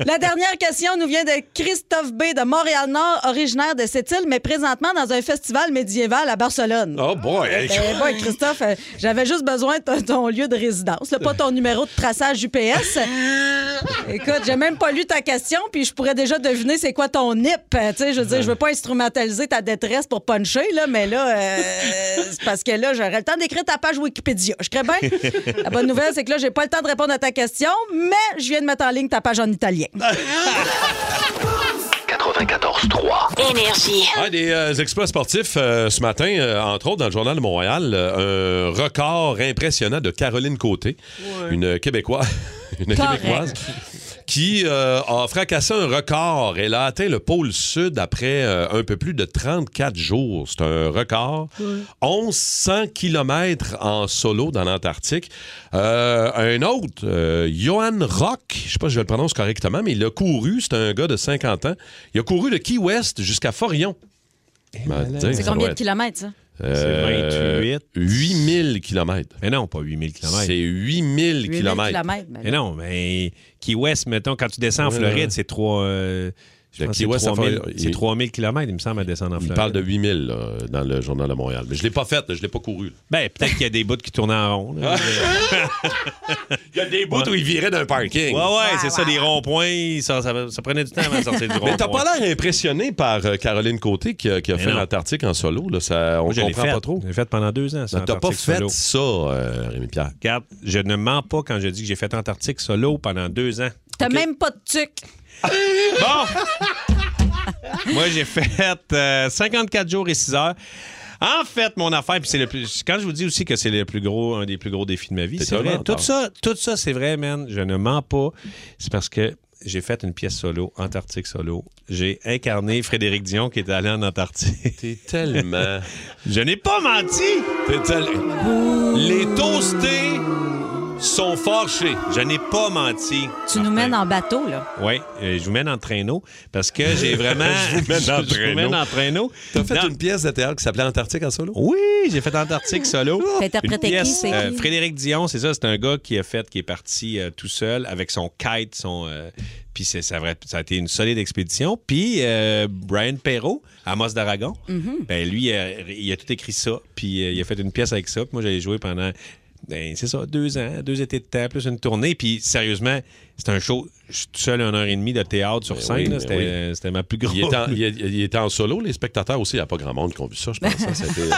La dernière question nous vient de Christophe B. de Montréal-Nord, originaire de cette île, mais présentement dans un festival médiéval à Barcelone.
Oh boy! hey.
Ben, boy, Christophe, euh, j'avais juste besoin de ton, ton lieu de résidence, là, pas ton numéro de traçage UPS. Écoute, j'ai même pas lu ta question, puis je pourrais déjà deviner c'est quoi ton NIP. Euh, Tu sais, je veux dire, je veux pas instrumentaliser ta détresse pour puncher, là, mais là, euh, c'est parce que là, j'aurais le temps d'écrire ta page Wikipédia. Je crée bien. La bonne nouvelle, c'est que là, j'ai pas le temps de répondre à ta question, mais je viens de mettre en ligne ta page en italien.
Ah. 94.3.
Énergie.
Ah, des euh, exploits sportifs euh, ce matin, euh, entre autres dans le Journal de Montréal, euh, un record impressionnant de Caroline Côté, une Québécoise. Une
Correct.
Québécoise qui euh, a fracassé un record. Elle a atteint le pôle sud après euh, un peu plus de 34 jours. C'est un record. 1100 km en solo dans l'Antarctique. Euh, un autre, euh, Johan Rock, je sais pas si je le prononce correctement, mais il a couru, c'est un gars de 50 ans, il a couru de Key West jusqu'à Forion. Ben,
C'est combien de kilomètres, ça?
C'est 8000 km.
Mais non, pas 8000 km.
C'est
8000
8000
km.
kilomètres, ben
mais non, mais Key West, mettons, quand tu descends en
Ouais,
Floride,
ouais.
c'est 3. je
Le
pense
Key
que
West,
c'est
ça
3000
fait-
c'est 3000 km, il me semble, à descendre en
Il
Floride.
parle de 8000 là, dans le Journal de Montréal. Mais je l'ai pas fait, je l'ai pas couru.
Ben, peut-être qu'il y a des bouts qui tournent en rond. là.
Il y a des bouts
Ouais.
où il virait d'un parking.
Ouais, ouais, c'est ça, des ronds-points. Ça, ça- ça prenait du temps avant de sortir du rond-point.
Mais t'as pas l'air impressionné par euh, Caroline Côté qui a, qui a fait
non.
l'Antarctique en solo. Là, ça, on
Moi, je l'ai
comprend
fait.
pas trop.
Je l'ai fait pendant deux ans. ça,
T'as pas
Antarctique
fait
solo.
ça, euh, Rémi-Pierre.
Regarde, je ne mens pas quand je dis que j'ai fait Antarctique solo pendant deux ans.
T'as même pas de tuc.
Moi, j'ai fait euh, 54 jours et 6 heures. En fait, mon affaire, puis c'est le plus. Quand je vous dis aussi que c'est le plus gros, un des plus gros défis de ma vie,
T'es
c'est
un
vrai.
menteur.
Tout ça, tout ça, c'est vrai, man. Je ne mens pas. C'est parce que j'ai fait une pièce solo, Antarctique solo. J'ai incarné Frédéric Dion qui était allé en Antarctique.
T'es tellement.
Je n'ai pas menti!
T'es tellement. Les toastés sont forchés.
Je n'ai pas menti.
Tu nous mènes en bateau, là.
Oui, euh, je vous mène en traîneau parce que j'ai vraiment.
Je vous mène en
je vous
traîneau.
mène en traîneau.
T'as fait une pièce de théâtre qui s'appelait Antarctique en solo?
Oui, j'ai fait Antarctique solo.
T'as interprété
Une pièce,
qui, c'est
euh,
qui?
Frédéric Dion, c'est ça, c'est un gars qui a fait, qui est parti euh, tout seul avec son kite, son. euh, puis c'est- ça, aurait- ça a été une solide expédition. Puis euh, Brian Perrault, Amos d'Aragon,
Mhm.
ben lui, euh, il a tout écrit ça. Puis euh, il a fait une pièce avec ça. Puis moi, j'allais jouer pendant, ben, c'est ça, deux ans, deux étés de temps, plus une tournée. Puis sérieusement, c'est un show, je suis tout seul une heure et demie de théâtre sur
Ben
scène.
oui,
là.
ben
C'était
oui.
euh, c'était ma plus grosse.
Il était, en, il est- il était en solo, les spectateurs aussi. Il n'y a pas grand monde qui ont vu ça, je pense. hein, c'était-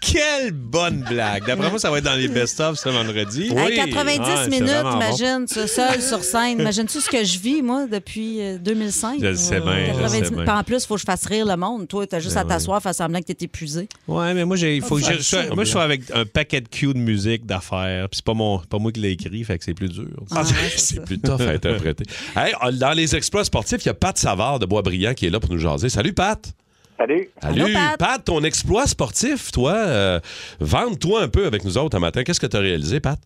Quelle bonne blague! D'après moi, ça va être dans les best-of ce vendredi.
À 90
Ouais, c'est
minutes,
vraiment bon.
imagine, ça, seul sur scène. Imagine-tu ce que je vis, moi, depuis euh, 2005?
Je le sais bien, je le sais
minutes.
bien.
Puis en plus, il faut que je fasse rire le monde. Toi, t'as juste
Ben
à t'asseoir, faire semblant que t'es épuisé.
Ouais, mais moi, j'ai- il faut que
Ah,
je,
ça,
sois-
c'est
moi, je sois avec un paquet de cues de musique, d'affaires. Puis c'est pas, mon- pas moi qui l'ai écrit, fait que c'est plus dur.
Ah, c'est plus tough à interpréter. Hey, oh, dans les exploits sportifs, il y a Pat Savard de Boisbriand qui est là pour nous jaser. Salut, Pat!
Salut.
Salut,
Allô,
Pat.
Pat.
ton exploit sportif, toi, euh, vende-toi un peu avec nous autres un matin. Qu'est-ce que tu as réalisé, Pat?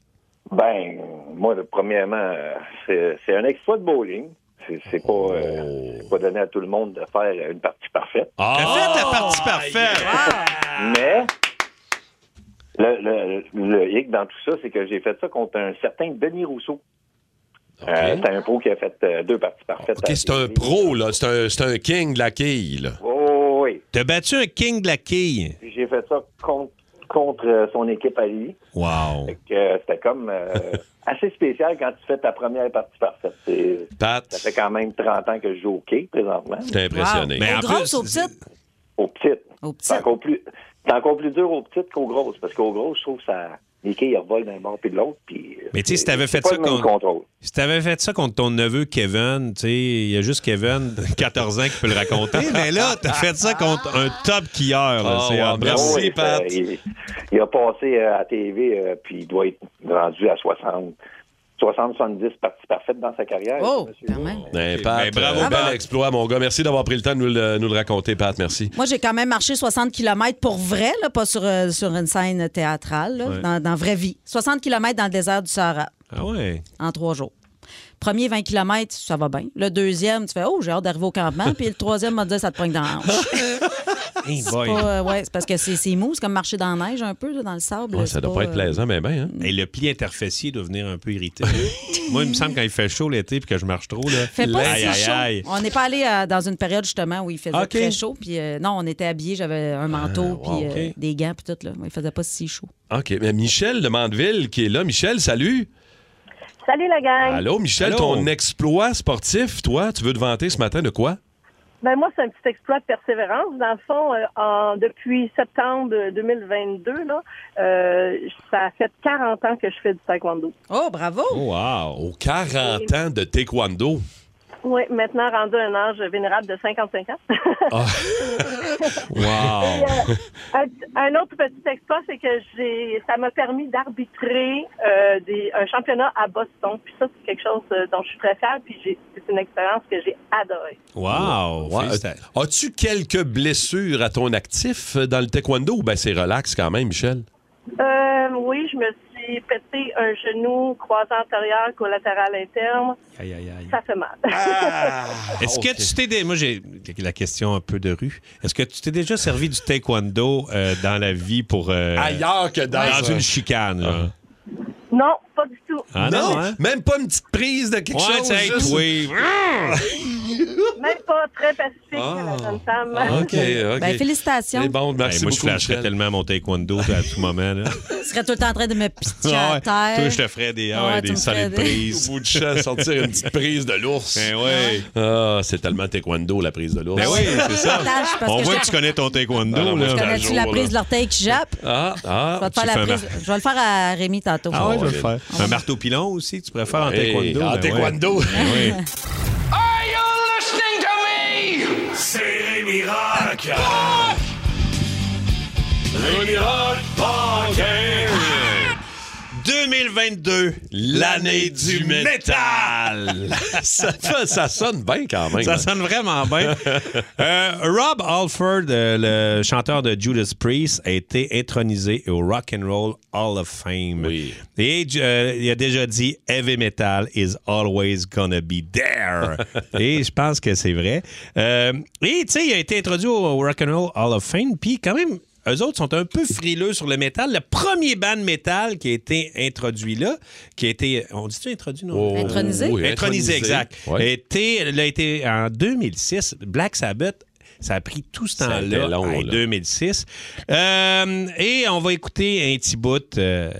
Ben, moi, le- premièrement, euh, c'est c'est un exploit de bowling. C'est c'est pas, euh, c'est pas donné à tout le monde de faire une partie parfaite.
Faites
Oh,
la partie parfaite!
Ah
Mais le, le, le hic dans tout ça, c'est que j'ai fait ça contre un certain Denis Rousseau. Euh, c'est un pro qui a fait euh, deux parties parfaites.
Ah, OK, c'est un pro, là. C'est un, c'est un king de la quille, là.
Oh, oui.
T'as battu un king de la quille.
Puis j'ai fait ça contre, contre euh, son équipe à lui.
Wow.
Fait que, euh, C'était comme euh, assez spécial quand tu fais ta première partie parfaite. C'est-
Pat.
Ça fait quand même 30 ans que je joue au quai présentement.
J'étais impressionné.
Wow.
Mais
Aux
en
grosses,
plus,
aux petites? Aux petites. C'est encore plus, c'est encore plus dur aux petites qu'aux grosses, parce qu'aux grosses, je trouve que ça, les quilles, elles volent d'un bord puis de l'autre, puis euh,
Mais tu sais, si t'avais
c'est
fait
pas
ça
le même contrôle.
contre. Si t'avais fait ça contre ton neveu Kevin, tu sais, il y a juste Kevin, 14 ans, qui peut le raconter, mais
Ah,
là, t'as fait ça contre un top quilleur. là.
Oh,
Ah,
C'est
wow,
hot.
Oui, c'est- Il, il a passé euh, à TV, euh, puis il doit être rendu à 60, 60-70 parties parfaites dans sa carrière.
Oh,
monsieur.
quand même.
Ben, Pat,
Ben, bravo,
euh,
Pat.
bel exploit, mon gars. Merci d'avoir pris le temps de nous le, nous le raconter, Pat. Merci.
Moi, j'ai quand même marché 60 km pour vrai, là, pas sur, euh, sur une scène théâtrale, là,
Ouais.
dans, dans vraie vie. 60 km dans le désert du Sahara
Ah ouais.
en trois jours. Premier 20 km, ça va bien. Le deuxième, tu fais Oh, j'ai hâte d'arriver au campement. Puis le troisième, m'a dit ça te pogne dans la hanche.
Hey
C'est
boy.
pas, euh, ouais, c'est parce que c'est c'est mou, c'est comme marcher dans la neige un peu, là, dans le sable.
Ouais,
c'est euh,
mais bien. hein.
Et le pli interfessier doit venir un peu irrité. Moi, il me semble quand il fait chaud l'été puis que je marche trop, là.
Fait pas
aïe,
si
aïe,
chaud.
aïe.
On n'est pas allé euh, dans une période justement où il faisait
Ok.
très chaud. Puis euh, non, on était habillés, j'avais un manteau,
Ah, wow,
puis euh,
ok.
des gants, puis tout. Là. Il faisait pas si chaud.
OK. Mais Michel de Mandeville qui est là. Michel, salut.
Salut la gang.
Allô, Michel,
Allô.
ton exploit sportif, toi, tu veux te vanter ce matin de quoi?
Ben moi, c'est un petit exploit de persévérance. Dans le fond, euh, en- depuis septembre 2022, là, euh, ça fait 40 ans que je fais du taekwondo.
Oh, bravo!
Oh, wow. Aux 40 ans de taekwondo.
Oui, maintenant rendu à un âge vénérable de 55 ans. Et, euh, un, un autre petit exploit, c'est que j'ai, ça m'a permis d'arbitrer euh, des- un championnat à Boston. Puis ça, c'est quelque chose euh, dont je suis très fière. Puis j'ai- c'est une expérience que j'ai adorée.
Wow! As-tu quelques blessures à ton actif euh, dans le taekwondo? ou Ben, c'est relax quand même, Michel.
Euh, oui, je me suis pété un genou croisant antérieur, collatéral interne.
Aïe, aïe, aïe.
Ça fait mal.
Ah,
Est-ce que tu t'es. dé- Moi, j'ai la question un peu de rue. Est-ce que tu t'es déjà servi du taekwondo euh, dans la vie pour. euh,
Ailleurs que dans
Dans
un- Ah.
une chicane, là.
non, pas du tout.
Ah non, hein?
Même pas une petite prise de quelque
Ouais,
chose.
t'sais,
juste-
oui.
Même pas très pacifique, la jeune femme.
Ah,
Ah,
Ben, félicitations.
C'est bon,
Eh merci
moi, je
beaucoup,
flasherais
Michel.
tellement mon taekwondo à tout moment. Là.
Tu serais tout le temps en train de me pitcher
Ah
à
ouais.
terre.
Toi, je te ferais des, ah
Ouais,
ouais,
tu
des
me ferais
solides
des-
prises.
Au bout de champ, sortir une petite prise de l'ours. Ah, c'est tellement taekwondo, la prise de l'ours.
Ben Eh oui, c'est ça.
Attache, parce
On
que
voit
je
que
te-
tu connais ton taekwondo.
Ah, non,
là.
moi, je connais-
Connais-tu la
jour,
prise
là.
de l'orteil qui jappe?
Ah, ah.
Je vais, te faire
tu
la
fais un
prise- je vais le faire à Rémi tantôt.
Ah ouais, je vais le faire. Un marteau pilon aussi, tu préfères en taekwondo.
en
ben ouais.
taekwondo.
Ben ouais.
Are you listening to me? C'est les miracles. Mini Rock Party.
2022, l'année du métal. ça, fait- ça sonne bien quand même.
Ça sonne vraiment bien. Euh, Rob Alford, euh, le chanteur de Judas Priest, a été intronisé au Rock and Roll Hall of Fame. Et euh, il a déjà dit heavy metal is always gonna be there. et je pense que c'est vrai. Euh, et tu sais, il a été introduit au Rock and Roll Hall of Fame, puis quand même. Eux autres sont un peu frileux sur le métal. Le premier band métal qui a été introduit là, qui a été. On dit-tu introduit, non?
Intronisé? Oh, oui, intronisé.
intronisé, exact.
Ouais.
Et été- elle a été en 2006, Black Sabbath. Ça a pris tout ce
Ça a été
temps-là,
long,
en
là.
2006. Euh, et on va écouter un petit bout euh,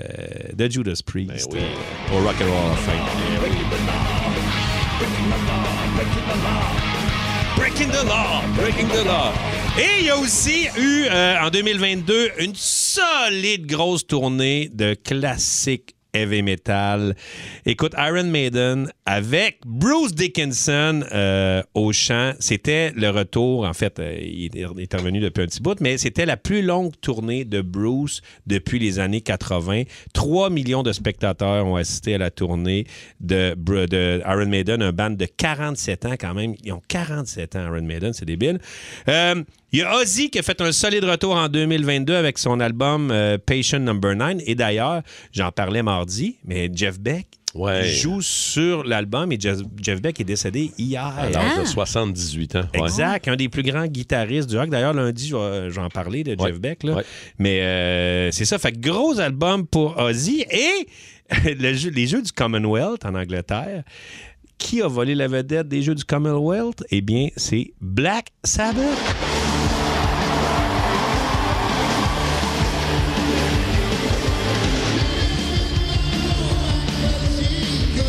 de
Ben
Judas Priest Eh euh, au Rock and Roll Hall of Fame.
Breaking the law, breaking the law.
Et il y a aussi eu, euh, en 2022, une solide grosse tournée de classiques heavy metal. Écoute, Iron Maiden avec Bruce Dickinson euh, au chant. C'était le retour, en fait, euh, il est- il est revenu depuis un petit bout, mais c'était la plus longue tournée de Bruce depuis les années 80. 3 millions de spectateurs ont assisté à la tournée de, Bru- de Iron Maiden, un band de 47 ans quand même. Ils ont 47 ans, Iron Maiden, c'est débile. Euh, il y a Ozzy qui a fait un solide retour en 2022 avec son album euh, Patient Number 9. Et d'ailleurs, j'en parlais mardi, mais Jeff Beck joue sur l'album et Jeff, Jeff Beck est décédé hier.
À
hein?
l'âge de 78 ans. ouais.
Exact, un des plus grands guitaristes du rock. D'ailleurs, lundi, je vais- je vais en parler de
Ouais,
Jeff Beck. là. Mais euh, c'est ça, fait que gros album pour Ozzy et le jeu- les Jeux du Commonwealth en Angleterre. Qui a volé la vedette des Jeux du Commonwealth? Eh bien, c'est Black Sabbath.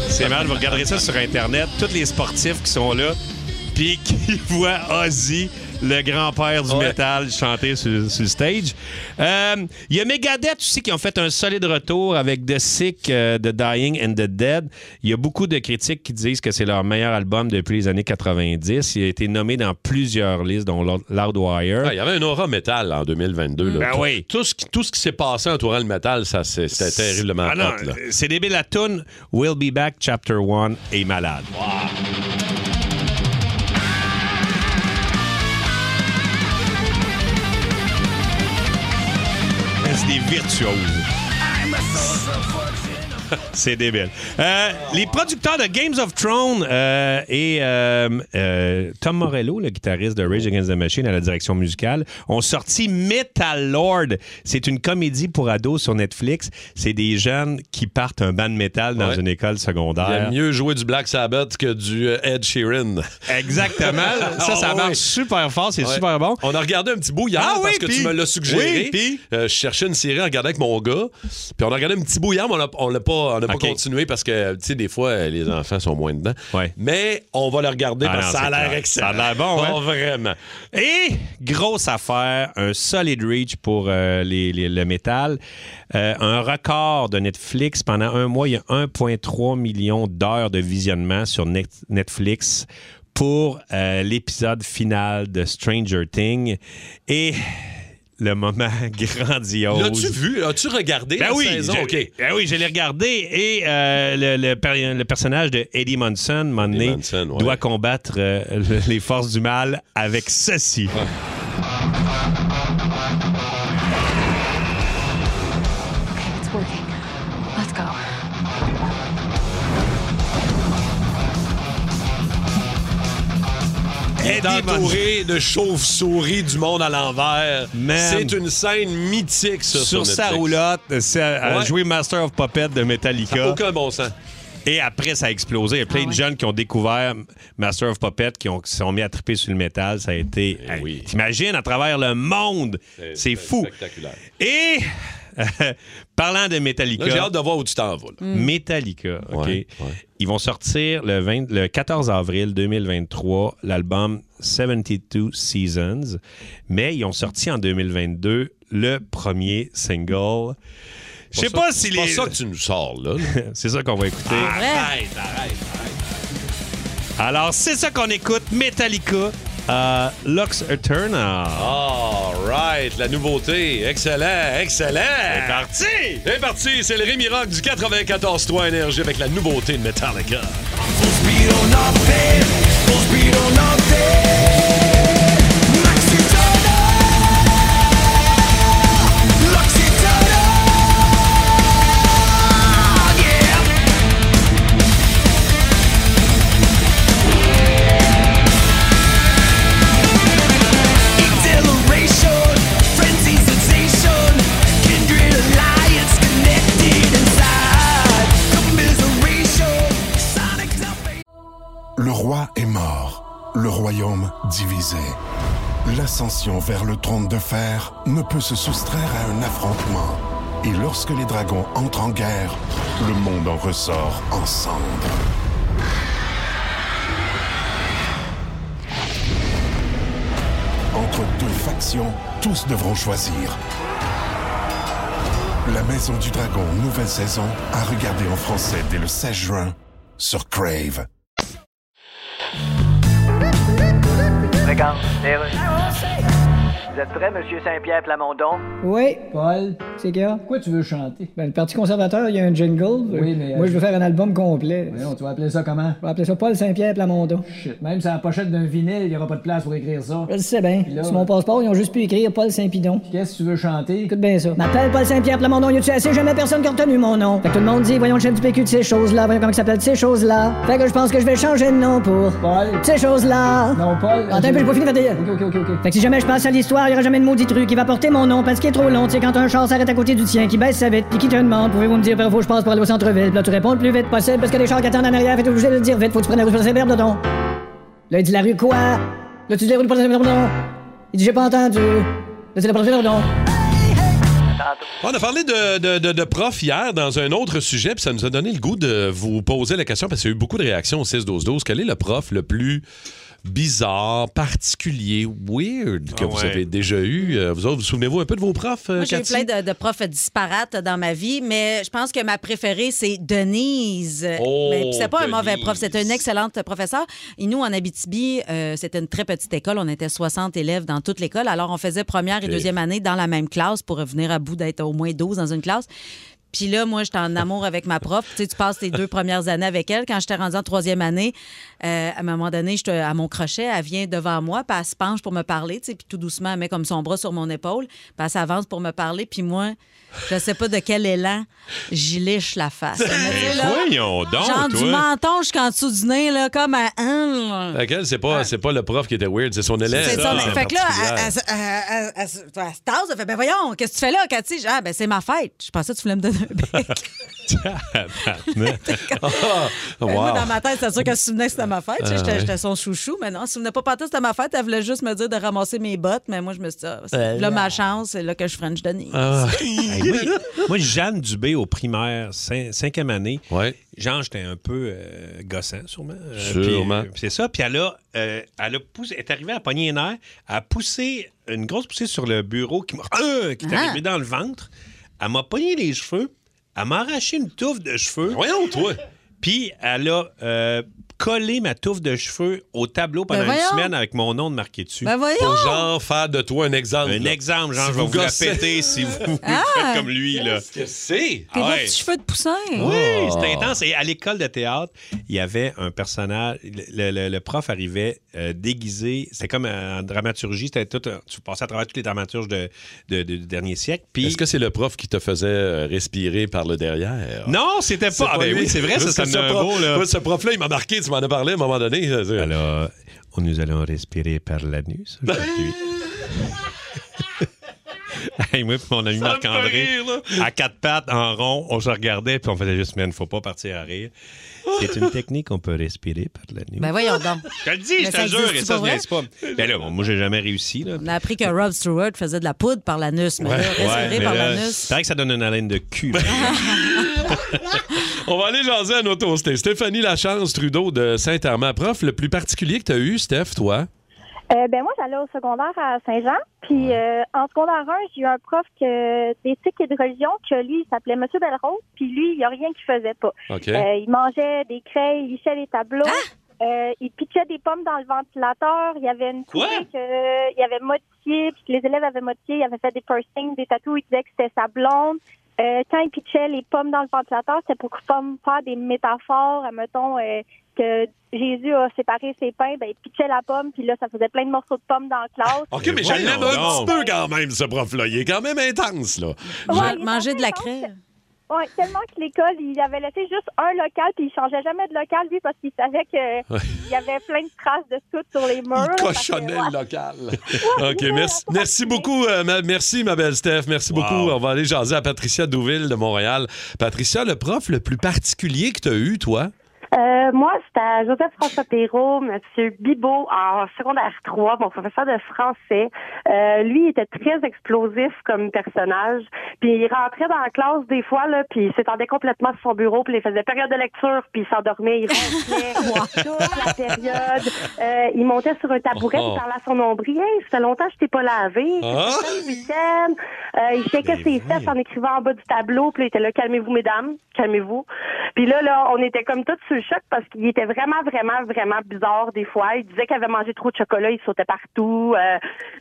C'est mal, vous regarderez ça sur Internet, tous les sportifs qui sont là, puis qui voient Ozzy, le grand-père du métal, chanter sur, sur le stage. Euh, Il y a Megadeth aussi qui ont fait un solide retour avec The Sick, euh, The Dying and The Dead. Il y a beaucoup de critiques qui disent que c'est leur meilleur album depuis les années 90. Il a été nommé dans plusieurs listes, dont Loud- Loudwire.
Ah, Il y avait un aura métal en 2022. là.
Ben
tout,
oui.
tout ce qui, tout ce qui s'est passé entourant le métal, ça, c'est- c'était terriblement
Ah non,
hot, là.
C'est débile la tune We'll Be Back Chapter 1 est malade. C'est des virtuoses. C'est débile. Euh, les producteurs de Games of Thrones euh, et euh, euh, Tom Morello, le guitariste de Rage Against the Machine à la direction musicale, ont sorti Metal Lord. C'est une comédie pour ados sur Netflix. C'est des jeunes qui partent un band de métal dans
Ouais.
une école
Il
secondaire.
aime mieux jouer du Black Sabbath que du euh, Ed Sheeran.
Exactement. Ça, ça
Ah,
marche
oui.
super fort. C'est
Ouais.
super bon.
On a regardé un petit bout hier
Ah oui,
parce que
puis-
tu me l'as suggéré.
oui, puis-
Euh, je cherchais une série à regarder avec mon gars. Puis on a regardé un petit bout hier, mais on n'a on l'a pas, on a
Ok.
pas continué parce que, tu sais, des fois, euh, les enfants sont moins dedans. Mais on va le regarder
Ah
parce que
non,
ça a
c'est
l'air
clair.
excellent.
Ça a l'air bon, hein?
Oh, vraiment.
Et grosse affaire, un solid reach pour euh, les- les- le métal. Euh, un record de Netflix. Pendant un mois, il y a 1,3 million d'heures de visionnement sur Net- Netflix pour euh, l'épisode final de Stranger Things. Et le moment grandiose.
L'as-tu vu? As-tu regardé
Oh, Ben
la
oui,
saison?
je,
OK.
ben oui, je l'ai regardé et euh, le, le per- le personnage de Eddie Munson, à un moment donné, doit combattre euh, le- les forces du mal avec ceci.
It's working. Let's go.
est entouré de chauves-souris du monde à l'envers.
Man.
C'est une scène mythique, ça, sur,
sur sa
Netflix.
roulotte, c'est à
Ouais.
jouer Master of Puppet de
Ça
Metallica.
a aucun bon sens.
Et après, ça a explosé. Il y a plein de jeunes qui ont découvert Master of Puppet, qui ont, qui se sont mis à triper sur le métal. Ça a été.
Eh
Hey, T'imagines, à travers le monde. C'est fou.
Spectaculaire.
Et parlant de Metallica.
Là, j'ai hâte de voir où tu t'en vas. là.
Mm. Metallica, OK?
Ouais,
Ils vont sortir le, 20 le 14 avril 2023 l'album 72 Seasons, mais ils ont sorti en 2022 le premier single. Je sais
Pas ça-
pas si
c'est
les...
pas ça que tu nous sors, là.
c'est ça qu'on va écouter.
Ah,
Arrête, arrête.
Alors, c'est ça qu'on écoute, Metallica, euh, Lux Eterna.
All right, la nouveauté. Excellent, excellent.
C'est parti.
C'est parti, c'est le Rémi Rock du 94-3 Énergie avec la nouveauté de Metallica.
Exhilaration, frenzy sensation, kindred alliance connected inside. Commiseration, sonic
Le roi est mort, le royaume divisé. L'ascension vers le trône de fer ne peut se soustraire à un affrontement. Et lorsque les dragons entrent en guerre, le monde en ressort en cendres. Entre deux factions, tous devront choisir. La Maison du Dragon, nouvelle saison, à regarder en français dès le 16 juin sur Crave.
Regarde,
Ah,
Vous êtes prêt, Monsieur Saint-Pierre Plamondon?
Oui, Paul, c'est qu'il y a? Pourquoi tu veux chanter? Ben, le Parti conservateur, il y a un jingle.
Oui, mais,
Moi,
euh,
je veux faire un album complet.
Voyons, tu vas appeler ça comment?
On va appeler ça Paul Saint-Pierre Plamondon.
Shit, Même sur la pochette d'un vinyle, il n'y aura pas de place pour écrire ça.
Je le sais bien.
Puis là,
Sur mon passeport, ils ont juste pu écrire Paul Saint-Pidon.
Qu'est-ce que tu veux chanter?
Écoute bien ça. M'appelle Paul Saint-Pierre Plamondon, y a-tu assez jamais personne qui a retenu mon nom? Fait que tout le monde dit, voyons le chef du PQ de ces choses-là, voyons comment il s'appelle de ces choses-là. Fait que je pense que je vais changer de nom pour. Paul. Ces choses-là. Non, Paul. Attends, un peu, j'ai pas fini, fait que-
Ok, ok, ok.
Fait que si jamais je passe à l'histoire, il y aura jamais de maudit truc qui va porter mon nom parce qu'il est trop long. Tu sais, quand un char s'arrête à côté du tien, qui baisse sa vite, puis qui te demande, pouvez-vous me dire par où je passe pour aller au centre-ville? Puis Là, tu réponds le plus vite possible parce que les chars qui attendent en arrière, fait t'es obligé de le dire vite. Faut que tu prennes la rue Saint-Pierre, dedans. Là, il dit la rue quoi? Là, tu dis la rue Saint-Pierre, dedans. Il dit, j'ai pas entendu. Là, c'est la prochaine, dedans.
On a parlé de, de, de- de profs hier dans un autre sujet, puis ça nous a donné le goût de vous poser la question, parce qu'il y a eu beaucoup de réactions au 6-12-12. Quel est le prof le plus bizarre, particulier, weird que
Ah
vous
ouais.
avez déjà eu? Euh, Vous autres, vous souvenez-vous un peu de vos profs, euh,
Moi, j'ai eu
Cathy?
plein de, de profs disparates dans ma vie, mais je pense que ma préférée, c'est Denise.
Oh,
mais puis c'est pas
Denise.
un mauvais prof, c'était une excellente professeure. Et nous, en Abitibi, euh, c'était une très petite école. On était 60 élèves dans toute l'école. Alors, on faisait première et
Ok.
deuxième année dans la même classe pour venir à bout d'être au moins 12 dans une classe. Puis là, moi, j'étais en amour avec ma prof. Tu sais, tu passes tes deux premières années avec elle. Quand j'étais rendue en troisième année, euh, à un moment donné, j'étais à mon crochet. Elle vient devant moi, puis elle se penche pour me parler. Tu sais, puis tout doucement, elle met comme son bras sur mon épaule. Puis elle s'avance pour me parler. Puis moi, je sais pas de quel élan, j'y liche la face. Elle me dit,
Ben,
là,
voyons donc,
Genre du
toi.
menton jusqu'en dessous du nez, là, comme à un. hein,
Fait qu'elle, c'est pas, c'est pas le prof qui était weird, c'est son élève.
C'est ça, mais
en
fait que là,
particulier.
elle, elle se- elle- elle- elle se elle se tasse, elle fait Ben voyons, qu'est-ce que tu fais là, Cathy? Je dis, Ah, ben c'est ma fête. Je pensais que tu voulais me donner un bec.
Tabarnak. Ah, wow.
Ben, Moi, dans ma tête, c'est sûr qu'elle se souvenait que c'était ma fête. Tu sais,
Ah,
J'étais
ouais.
j'étais son chouchou. Mais non, elle se souvenait pas partout que c'était ma fête. Elle voulait juste me dire de ramasser mes bottes. Mais moi, je me suis dit, ah, c'est
Euh,
là,
non.
ma chance, c'est là que je French Denis.
Ah. Hey, moi, moi, Jeanne Dubé au primaire, cin- cinquième année. Jean, j'étais un peu euh, gossant, sûrement. Euh, puis,
Sûrement.
euh, c'est ça. Puis elle a, euh, elle a poussé, elle est arrivée à pogner un air, a poussé une grosse poussée sur le bureau qui m'a, euh, qui est
Ah.
arrivée dans le ventre. Elle m'a pogné les cheveux. Elle m'a arraché une touffe de cheveux.
Voyons, toi.
Puis elle a euh, collé ma touffe de cheveux au tableau pendant
Ben voyons.
une semaine avec mon nom de marqué dessus.
Ben voyons. Pour genre faire de toi un exemple.
Un exemple, genre,
Si
je vais
vous
vous la
gossez.
péter si vous
Ah.
faites comme lui. là.
Qu'est-ce que c'est?
Tes
Ah
beaux
ouais.
petits cheveux de poussin.
Oui,
Oh.
c'était intense. Et à l'école de théâtre, il y avait un personnage. Le, le- le prof arrivait euh, déguisé. C'était comme euh, en dramaturgie. C'était tout. un- tu passais à travers toutes les dramaturges de, de- de- du dernier siècle. Puis.
Est-ce que c'est le prof qui te faisait euh, respirer par le derrière?
Non, c'était pas. Ah, ben oui, c'est vrai, ça, ça me beau, là.
ce prof-là, il m'a marqué, tu m'en as parlé à un moment donné.
Alors, Euh, nous allons respirer par l'anus aujourd'hui. Hey, moi, puis mon ami Marc-André, à quatre pattes, en rond, on se regardait, puis on faisait juste, man, faut pas partir à rire. C'est une technique qu'on peut respirer par l'anus.
Ben voyons donc.
Je te le dis, je
Mais
te le jure,
existe-tu
et ça,
pour
je
vrai?
niaise pas. Ben là, bon, moi, j'ai jamais réussi, là.
On a appris que Rob Stewart faisait de la poudre par l'anus. Mais là, respirer
mais
par
là,
l'anus.
c'est vrai que ça donne une haleine de cul.
On va aller jaser à notre toast. Stéphanie Lachance Trudeau de Saint-Armand. Prof, le plus particulier que tu as eu, Steph, toi?
Euh, ben moi, j'allais au secondaire à Saint-Jean. Puis euh, en secondaire 1, j'ai eu un prof que- d'éthique et de religion que lui, il s'appelait Monsieur Belrose. Puis lui, il n'y a rien qu'il faisait pas.
OK.
Euh, il mangeait des craies, il lichait les tableaux. Euh, il pitchait des pommes dans le ventilateur. Il y avait une
Quoi?
souris que, euh, il avait moitié, puis que les élèves avaient moitié. Il avait fait des piercings, des tatous. Il disait que c'était sa blonde. Euh, quand il pitchait les pommes dans le ventilateur, c'était pour comme faire des métaphores, mettons que Jésus a séparé ses pains, ben il pitchait la pomme, puis là ça faisait plein de morceaux de pommes dans la classe.
OK, mais je
voyons
l'aime un
donc.
petit peu quand même, ce prof-là. Il est quand même intense, là. Je-
manger de la craie.
Oui, tellement que l'école, il avait laissé juste un local, puis il changeait jamais de local, lui, parce qu'il savait que
Ouais.
il y avait plein de traces de tout sur les murs.
Cochonnel local. OK, merci, merci beaucoup. euh, ma- merci, ma belle Steph. Merci beaucoup. On va aller jaser à Patricia Douville de Montréal. Patricia, le prof le plus particulier que tu as eu, toi?
Euh, moi, c'était Joseph-François Perrault, Monsieur Bibot, en secondaire 3, mon professeur de français. Euh, lui, il était très explosif comme personnage. Puis il rentrait dans la classe des fois, là, puis il s'étendait complètement sur son bureau, puis il faisait période de lecture, puis il s'endormait, il ronflait toute la période. Euh, il montait sur un
Oh.
tabouret, puis il parlait à son nombril. Hey, ça fait longtemps que je t'ai pas lavé.
Ah!
Ça fait le week-end. Euh, il
Ben
checkait ses fesses en écrivant en bas du tableau. Puis là, il était là, calmez-vous, mesdames, calmez-vous. Puis là, là, on était comme tous sur le choc parce qu'il était vraiment, vraiment, vraiment bizarre des fois. Il disait qu'il avait mangé trop de chocolat, il sautait partout. Euh,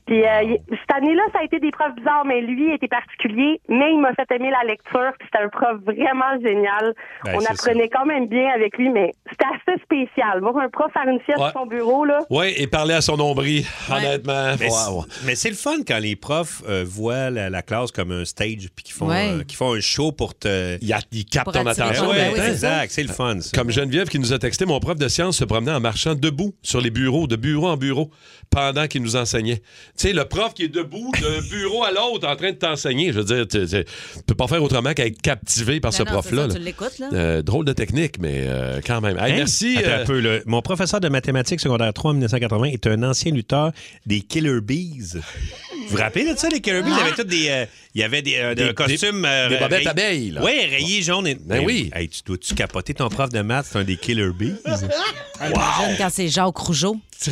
puis euh, il- cette année-là, ça a été des profs bizarres, mais lui, il était particulier. Mais il m'a fait aimer la lecture. Puis c'était un prof vraiment génial.
Ben,
on
c'est
apprenait quand même bien avec lui, mais c'était assez spécial. Voir un prof faire une sieste
Ouais.
sur son bureau, là.
Oui, et parler à son nombril, honnêtement.
Mais, c'est-
Wow.
mais c'est le fun quand les profs euh, voient la, la classe comme un stage puis qu'ils font,
Ouais.
euh, qu'ils font un show pour te.
Ils captent ton attention.
exact, c'est le fun. ça.
Comme Geneviève qui nous a texté, mon prof de sciences se promenait en marchant debout sur les bureaux, de bureau en bureau, pendant qu'il nous enseignait. Tu sais, le prof qui est debout d'un bureau à l'autre en train de t'enseigner, je veux dire, tu tu- tu peux pas faire autrement qu'être captivé par
Ben
ce
non,
prof-là.
c'est ça,
là.
tu l'écoutes, là.
Euh, drôle de technique, mais euh, quand même. Hey,
Hey,
merci.
attends
euh,
un peu, là. Mon professeur de mathématiques secondaire 3 en 1980 est un ancien lutteur des Killer Bees. Vous vous rappelez de ça, les Killer Bees? Il y avait tous des, euh, il y avait des, euh,
Des-
des costumes...
des- des bobettes abeilles, là.
Oui, rayés jaunes. Et...
Ben
Mais-
oui.
Hey, tu dois-tu capoter ton prof de maths? C'est un des Killer Bees.
Imagine quand c'est euh, Jacques Rougeau.
ouais, tu-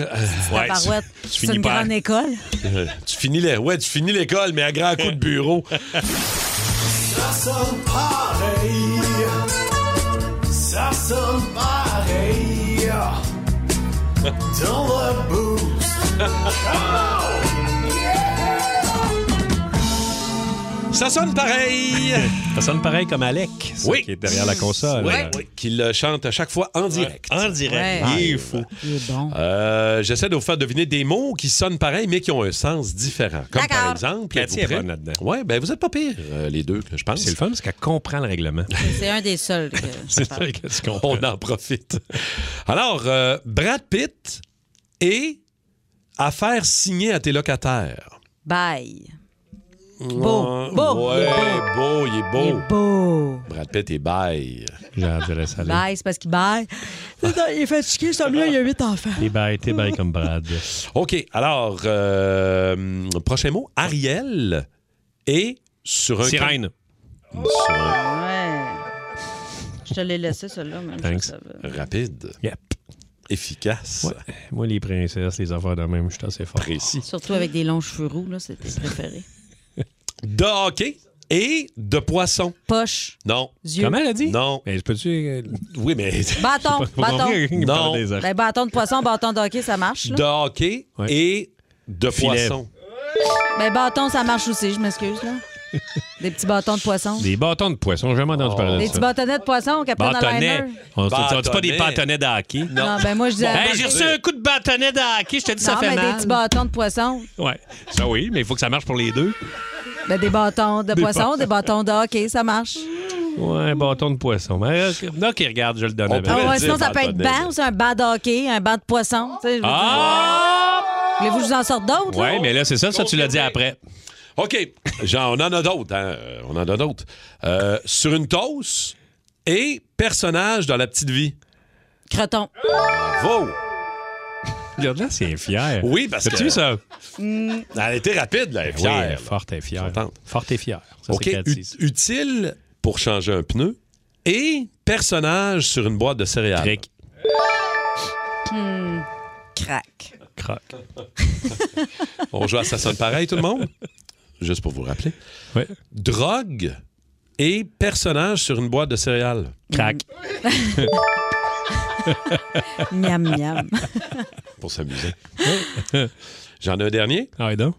Tabarouette,
tu
c'est
finis
une
par-
grande école.
Euh, tu finis les- ouais, tu finis l'école, mais à grands coups de bureau.
Ça sonne pareil. Ça sonne pareil. Dans le boost. Come on!
Ça sonne pareil.
ça sonne pareil comme Alec, ça,
Oui.
qui est derrière la console. Euh,
Ouais. Qui le chante à chaque fois en direct.
En direct.
Il est
Live.
fou. Euh, J'essaie de vous faire deviner des mots qui sonnent pareils, mais qui ont un sens différent. Comme par exemple.
Cathy est bonne là-dedans.
Oui, ben vous êtes pas pire, euh, les deux, je pense.
C'est le fun parce qu'elle comprend le règlement.
C'est un des seuls. que-
C'est Euh, ça qu'est-ce qu'on on en profite. Alors, euh, Brad Pitt et affaire signée à tes locataires.
Bye.
Beau,
beau,
Ouais,
il est
beau, il est beau.
Il est beau.
Brad Pitt est bail. J'ai envie ça.
Bye, c'est parce qu'il baille. Il est fatigué, ce homme-là, il a huit enfants.
T'es bail, t'es bail comme Brad.
OK, alors, euh, prochain mot, Ariel et sur un...
Sirène.
Sur un-
Ouais. Je te l'ai laissé, celui-là. même si
Thanks.
ça veut.
Rapide.
Yep.
Efficace.
Moi, les princesses, les affaires de même, je suis assez fort.
Précis.
Surtout avec des longs cheveux roux, là, c'est tes préférés.
De hockey et de poisson.
Poche.
Non.
Yeux. Comment elle a dit?
Non.
Mais Ben, je peux-tu... euh,
Oui, mais...
Bâton, bâton.
Non.
Ben, bâton de poisson, bâton de hockey, ça marche.
De
Là.
hockey et de
Filet.
poisson.
Ben, bâton, ça marche aussi, je m'excuse. là. Des petits bâtons de poisson.
Des bâtons de poisson, j'ai jamais entendu parler de
Des
ça.
petits bâtonnets de poisson, capitaine
Bâtonnets.
Liner.
On ne dit pas
Bâtonnets.
des bâtonnets de hockey.
Non. Non, ben, moi, je dis-
Hey, j'ai reçu un coup de bâtonnet de hockey, je te dis, ça
non,
fait
mais
mal.
des petits bâtons de poisson.
Ouais. Ça oui, mais il faut que ça marche pour les deux.
Ben, des bâtons de
Des
poisson,
bâtons.
des bâtons de hockey, ça marche.
Ouais, un bâton de poisson. Mais, ok, ok, regarde, je le donne. à
Ah
Brad.
ouais, sinon, ça peut être banc, c'est un banc de hockey, un banc de poisson. tu sais, je veux dire. Voulez-vous que je vous en sorte d'autres? là?
Ouais, mais là, c'est ça, ça, tu l'as dit après.
OK. Genre, on en a d'autres. hein. Euh, On en a d'autres. Euh, sur une tosse et personnage dans la petite vie.
Creton.
Bravo!
Regarde-là, c'est fier.
Oui, parce que.
T'as-tu vu ça?
Mm.
Elle était rapide, là. Elle est
Oui,
fière.
elle est forte et fière. Forte et fière. Ça,
OK.
c'est Cathy,
ut- utile pour changer un pneu et personnage sur une boîte de céréales.
Hmm. Crac.
Crac.
On joue à ça sonne pareil, tout le monde? Juste pour vous rappeler. Drogue et personnage sur une boîte de céréales.
Crac.
miam, miam.
pour s'amuser. J'en ai un dernier.
Ah, oui, donc.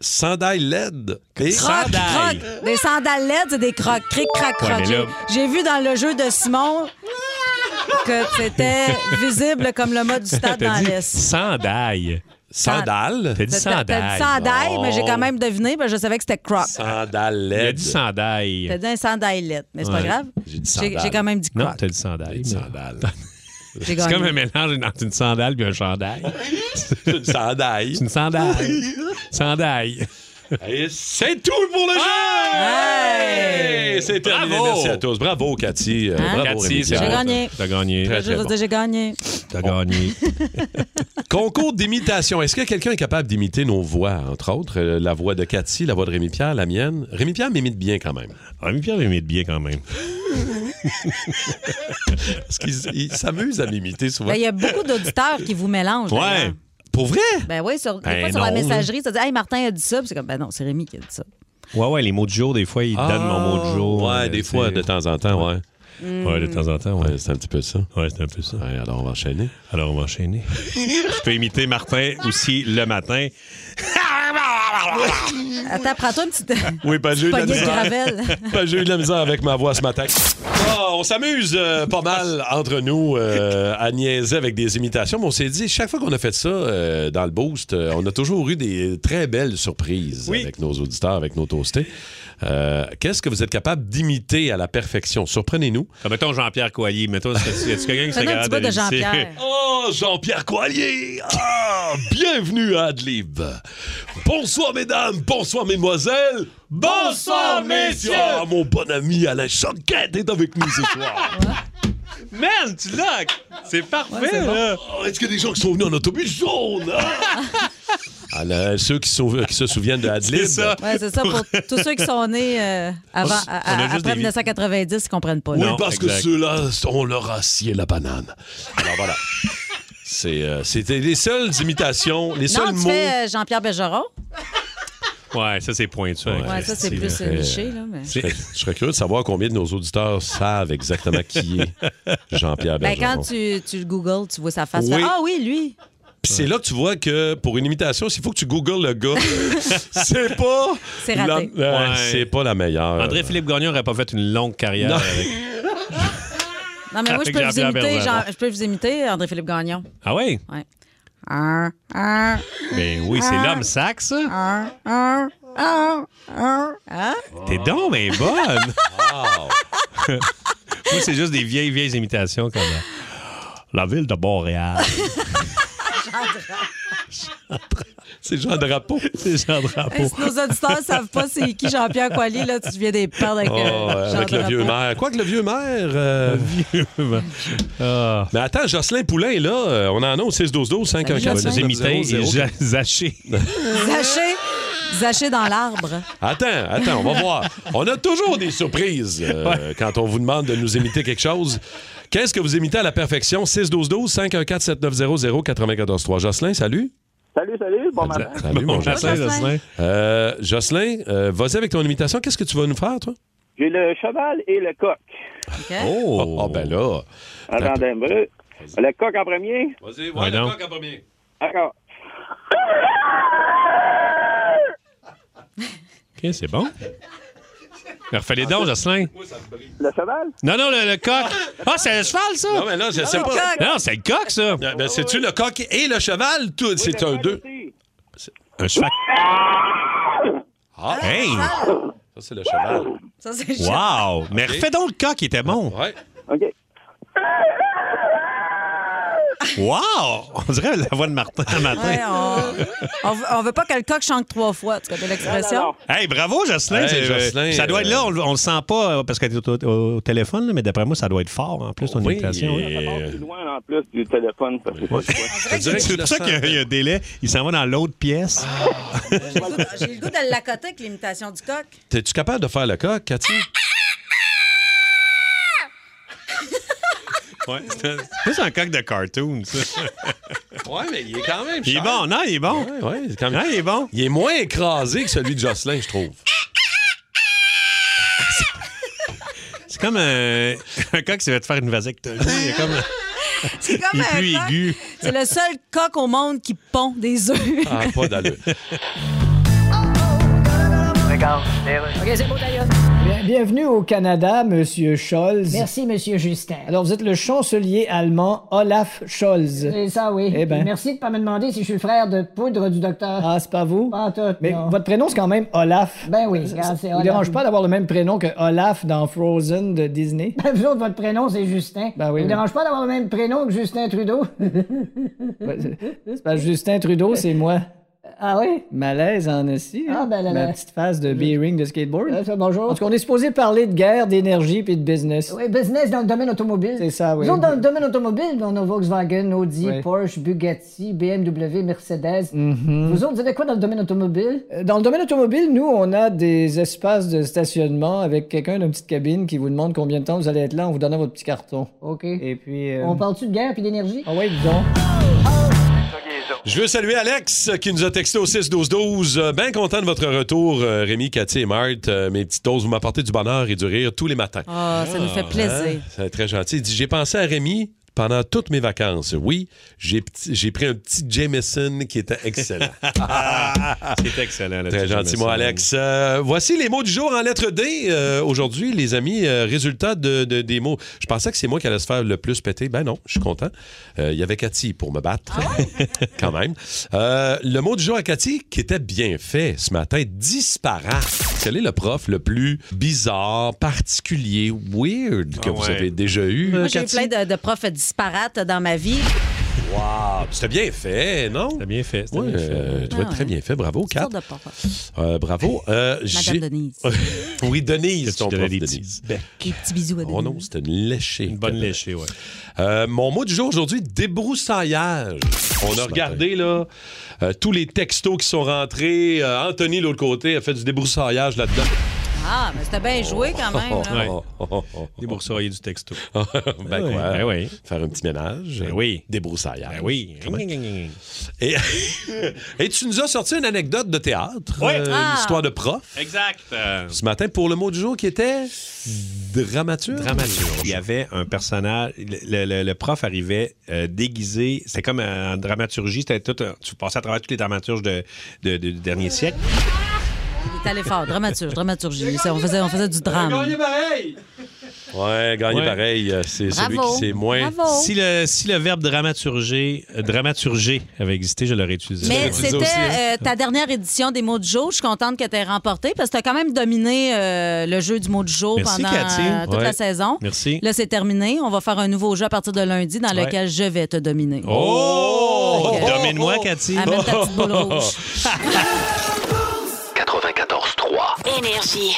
sandales LED. Et
Croc, croc. Des sandales LED, c'est des crocs. Cric, crac, croc.
Ouais, mais là-
J'ai- J'ai vu dans le jeu de Simon que c'était visible comme le mode du stade dans l'Est.
Sandaille.
Sandales.
T'as dit
T'as- T'as
sandaille.
dit sandail, mais j'ai
Non.
quand même deviné, ben je savais que c'était croc.
Sandales
Il a
LED.
dit sandaille.
T'as dit un sandaillette, mais c'est pas
Ouais.
grave.
J'ai dit
J'ai j'ai quand même dit
Non,
croc.
t'as dit sandale.
J'ai
C'est
gagné.
comme un mélange entre une sandale et un chandail.
une sandaille.
C'est une sandaille. sandaille.
Et c'est tout pour le jeu! Hey, C'est terminé.
Bravo!
Merci à tous. Bravo, Cathy. Euh,
Hein?
Bravo,
Cathy,
Rémi
c'est
Pierre.
J'ai gagné.
T'as gagné.
Je
Très,
veux
très
juste
bon.
dire, j'ai gagné.
T'as gagné.
Concours d'imitation. Est-ce que quelqu'un est capable d'imiter nos voix, entre autres? Euh, La voix de Cathy, la voix de Rémi Pierre, la mienne. Rémi Pierre m'imite bien quand même.
Rémi Pierre m'imite bien quand même.
Parce qu'il s- il s'amuse à m'imiter souvent.
Ben, Il y a beaucoup d'auditeurs qui vous mélangent.
Ouais.
d'ailleurs.
Pour vrai?
Ben oui, sur, des
Ben
fois, sur la
non, là.
messagerie, ça dit Hey, Martin a dit ça. Puis c'est comme Ben non, c'est Rémi qui a dit ça.
Ouais, ouais, les mots du jour, des fois, ils donnent mon mot du jour.
Ouais,
Euh,
des
c'est-
fois, de temps en temps, ouais.
Mm.
Ouais, de temps en temps, ouais.
c'est un petit peu ça.
Ouais, c'est un peu ça.
alors, on va enchaîner.
Alors, on va enchaîner. Je peux imiter Martin aussi le matin.
Attends, prends-toi un petit.
Oui, pas jeu de la
Poignée de
misère.
Gravel.
Pas jeu de la misère avec ma voix ce matin. Ah, on s'amuse euh, pas mal entre nous euh, à niaiser avec des imitations, mais on s'est dit, chaque fois qu'on a fait ça euh, dans le boost, euh, on a toujours eu des très belles surprises avec nos auditeurs, avec nos toastés. Euh, Qu'est-ce que vous êtes capable d'imiter à la perfection? Surprenez-nous.
mettons Jean-Pierre Coallier. Mettons, est-ce est-ce que quelqu'un qui serait
Fais-nous un
capable
petit bout de
l'imiter?
Jean-Pierre. Oh, Jean-Pierre Coallier! Ah, bienvenue à Adlib. Bonsoir, mesdames. Bonsoir, mesdemoiselles.
Bonsoir, messieurs.
Ah, mon bon ami Alain Choquette est avec nous ce soir.
Man, tu l'as! C'est parfait, là!
Oh, Est-ce qu'il y a des gens qui sont venus en autobus jaune? hein? Alain, ceux qui, sont- qui se souviennent de Adlib.
Ouais, c'est ça. Pour tous ceux qui sont nés euh, avant,
On a
à- à-
juste des
après
vies.
1990, ils comprennent pas.
Oui,
là.
parce que ceux-là, on leur a scié la banane. Alors voilà. C'est, euh, C'était les seules imitations, les
non,
seuls
tu
mots.
fais euh, Jean-Pierre Bergeron.
Ouais, ça, c'est pointu. hein,
Ouais, ça, c'est
Christy,
plus
là.
euh, niché, là. Mais...
Je serais, je serais curieux de savoir combien de nos auditeurs savent exactement qui est Jean-Pierre
Ben,
Ah, Bergeron.
quand tu, tu le googles, tu vois sa face. tu
Oui.
fais, Ah oui, lui.
Puis c'est là que tu vois que pour une imitation, s'il faut que tu googles le gars, c'est pas
C'est raté.
la, ouais,
Ouais.
Euh, c'est pas la meilleure.
André-Philippe Gagnon n'aurait pas fait une longue carrière
Non.
avec.
Non, mais moi, je
Avec
peux vous
Jean-Pierre
imiter.
Bergeron.
Jean- Je peux vous imiter André-Philippe Gagnon.
Ah oui?
Ouais. Un, un.
Eh
Ben oui,
Ah.
c'est l'homme sac, ça.
Un, un, un, un. ah, Hein?
Ah.
T'es donc, mais bonne! Moi, c'est juste des vieilles, vieilles imitations comme euh, La ville de Montréal.
C'est Jean Drapeau.
C'est Jean
Ah,
Drapeau.
Si nos auditeurs ne savent pas c'est qui Jean-Pierre Coilly, là, tu viens des perdre avec,
Oh,
euh, Jean
avec le
Drapeau.
vieux maire. Quoique le vieux maire. euh,
Ah.
Mais attends, Jocelyn Poulain est là. Euh, On en a au 6-12-12, 514
Jocelyn. Imiter et ja-
zaché.
Zaché, Zaché dans l'arbre.
Attends, attends, on va voir. On a toujours des surprises euh, quand on vous demande de nous imiter quelque chose. Qu'est-ce que vous imitez à la perfection? 612-12, 514-7900-943. Jocelyn, salut.
Salut, salut, bon matin.
Salut, mon Jocelyn.
Jocelyn. Jocelyn.
Euh, Jocelyn, euh, vas-y avec ton imitation. Qu'est-ce que tu vas nous faire, toi?
J'ai le cheval et le coq.
Oh! Ah, ben là.
Attendez un peu. Le coq en premier.
Vas-y,
Ah,
vois Ouais, le donc.
en premier.
D'accord.
OK, c'est bon. Mais Refais les dons, Jocelyn.
Le cheval?
Non, non, le, le coq. Ah, c'est le cheval, ça?
Non, mais là, je sais pas.
Non, c'est le coq, ça.
Ben, c'est-tu le coq et le cheval? Tout- c'est un deux.
Un cheval.
Ah!
Hey!
Ça, c'est le cheval.
Ça, c'est le
Wow! Mais
Ok.
refais donc le coq, il était bon.
Ouais.
OK.
Wow! On dirait la voix de Martin le matin.
Ouais, on... on veut- on veut pas que le coq chante trois fois, tu connais l'expression?
Hey, bravo, Jocelyn.
Hey,
C'est- euh,
Jocelyn, euh,
ça doit être là, on, le- on le sent pas euh, parce qu'elle est au, au- au téléphone, là, mais d'après moi, ça doit être fort en plus, ton
Oui, euh,
imitation.
et-
hein.
C'est loin en plus du téléphone. Parce que c'est
dirait que tu
C'est
le Ah,
pour ça
sens.
qu'il y a- il y, a un délai. Il s'en va dans l'autre pièce.
J'ai le goût de l'accoter avec l'imitation du coq.
T'es-tu capable de faire le coq, Cathy?
Ouais, c'est un- c'est plus un coq de cartoon, ça.
Ouais, mais il est quand même
Il est
cher.
bon, non, il est bon.
Ouais, ouais, c'est quand même-
Ah, il est bon.
Il est moins écrasé que celui de Jocelyn, je trouve.
C'est comme un, un coq qui s'est fait faire une vasectomie. Il est comme.
C'est comme
il est
un
plus
coq.
aigu.
C'est le seul coq au monde qui pond des œufs.
Ah, pas d'allure.
Regarde,
OK, c'est bon, d'ailleurs.
Bien- Bienvenue au Canada, Monsieur Scholz.
Merci, Monsieur Justin.
Alors, vous êtes le chancelier allemand Olaf Scholz.
C'est ça, oui.
Eh ben.
Merci de pas me demander si je suis le frère de poudre du docteur.
Ah, c'est pas vous?
Pas en tout,
Mais
non.
votre prénom, c'est quand même Olaf.
Ben oui,
Ça-
regarde, c'est
ça vous
Olaf.
dérange pas d'avoir le même prénom que Olaf dans Frozen de Disney?
Ben, vous autres, votre prénom, c'est Justin.
Ben oui,
Ça vous
mais-
dérange pas d'avoir le même prénom que Justin Trudeau?
Ouais, Ben, c'est- c'est parce que Justin Trudeau, c'est moi.
ah oui?
Malaise en esti. hein?
Ah, ben là, là.
Ma petite face de B-ring de skateboard.
Euh, ça, bonjour.
En tout cas, on est supposé parler de guerre, d'énergie puis de business.
Oui, business dans le domaine automobile.
C'est ça, oui.
Nous autres, dans le domaine automobile, on a Volkswagen, Audi,
Oui.
Porsche, Bugatti, BMW, Mercedes.
Mhm.
Vous autres, vous avez quoi dans le domaine automobile?
Euh, Dans le domaine automobile, nous, on a des espaces de stationnement avec quelqu'un d'une petite cabine qui vous demande combien de temps vous allez être là en vous donnant votre petit carton.
OK.
Et puis. euh,
On parle-tu de guerre puis d'énergie?
Ah ouais, dis donc.
Je veux saluer Alex euh, qui nous a texté au 6-12-12. Euh, Bien content de votre retour, euh, Rémi, Cathy et Marthe. Euh, Mes petites doses, vous m'apportez du bonheur et du rire tous les matins.
Ah, ça nous fait plaisir.
Ça C'est très gentil. Il dit J'ai pensé à Rémi pendant toutes mes vacances. Oui, j'ai p'ti- j'ai pris un petit Jameson qui était excellent.
C'est excellent. le
Très
petit
gentil,
Jameson.
moi, Alex. Euh, voici les mots du jour en lettre D. Euh, Aujourd'hui, les amis, euh, résultat de, de- des mots. Je pensais que c'est moi qui allais se faire le plus péter. Ben non, je suis content. Euh, Il y avait Cathy pour me battre,
Ah
quand même. Euh, le mot du jour à Cathy, qui était bien fait ce matin, disparate. Quel est le prof le plus bizarre, particulier, weird que
Ah
vous
ouais.
avez déjà eu?
Moi, j'ai eu
Cathy?
plein de, de profs disparates dans ma vie.
Wow, c'était bien fait, non? C'était
bien fait.
Oui, euh, tu vois,
Ah
très
ouais.
bien fait. Bravo, Kat.
Sorte de prof.
Euh, bravo. Euh, j'ai-
Denise.
oui, Denise, ton prof Denise.
Des petits bisous à Denise.
Oh non, c'était une léchée. Une bonne léchée, oui. mon mot du jour aujourd'hui, débroussaillage. On a regardé là, euh, tous les textos qui sont rentrés. Euh, Anthony, de l'autre côté, a fait du débroussaillage là-dedans.
Ah, mais c'était bien joué quand même. hein. là.
Débroussailler du texto.
ben
Ouais.
quoi?
Ben oui.
Faire un petit ménage. oui. Débroussaillage.
Ben oui.
Quand même. Et, et tu nous as sorti une anecdote de théâtre.
Oui.
euh,
Ah.
Une histoire de prof.
Exact. Euh,
Ce matin, pour le mot du jour qui était dramaturge.
dramaturge. Il y avait un personnage. Le, le- le prof arrivait euh, déguisé. C'était comme euh, en dramaturgie. C'était tout. un- tu passais à travers tous les dramaturges de, de- de- du dernier siècle.
Il est allé fort. Dramaturge, dramaturgie. Ça, On faisait, on faisait du drame.
pareil!
Ouais, gagner
Ouais.
pareil, euh, c'est
Bravo.
celui qui sait moins.
Bravo.
Si le, si le verbe dramaturger, euh, dramaturger avait existé, je l'aurais utilisé.
Mais
Je l'aurais
c'était
utilisé aussi, hein.
euh, ta dernière édition des mots du jour. Je suis contente que tu aies remporté parce que tu as quand même dominé euh, le jeu du mot du jour
Merci,
pendant
Cathy.
euh, toute
Ouais.
la saison.
Merci.
Là, c'est terminé. On va faire un nouveau jeu à partir de lundi dans
Ouais.
lequel je vais te dominer.
Oh!
Fait que-
Domine-moi, Cathy.
Amène ta petite boule rouge.
94-3. Énergie.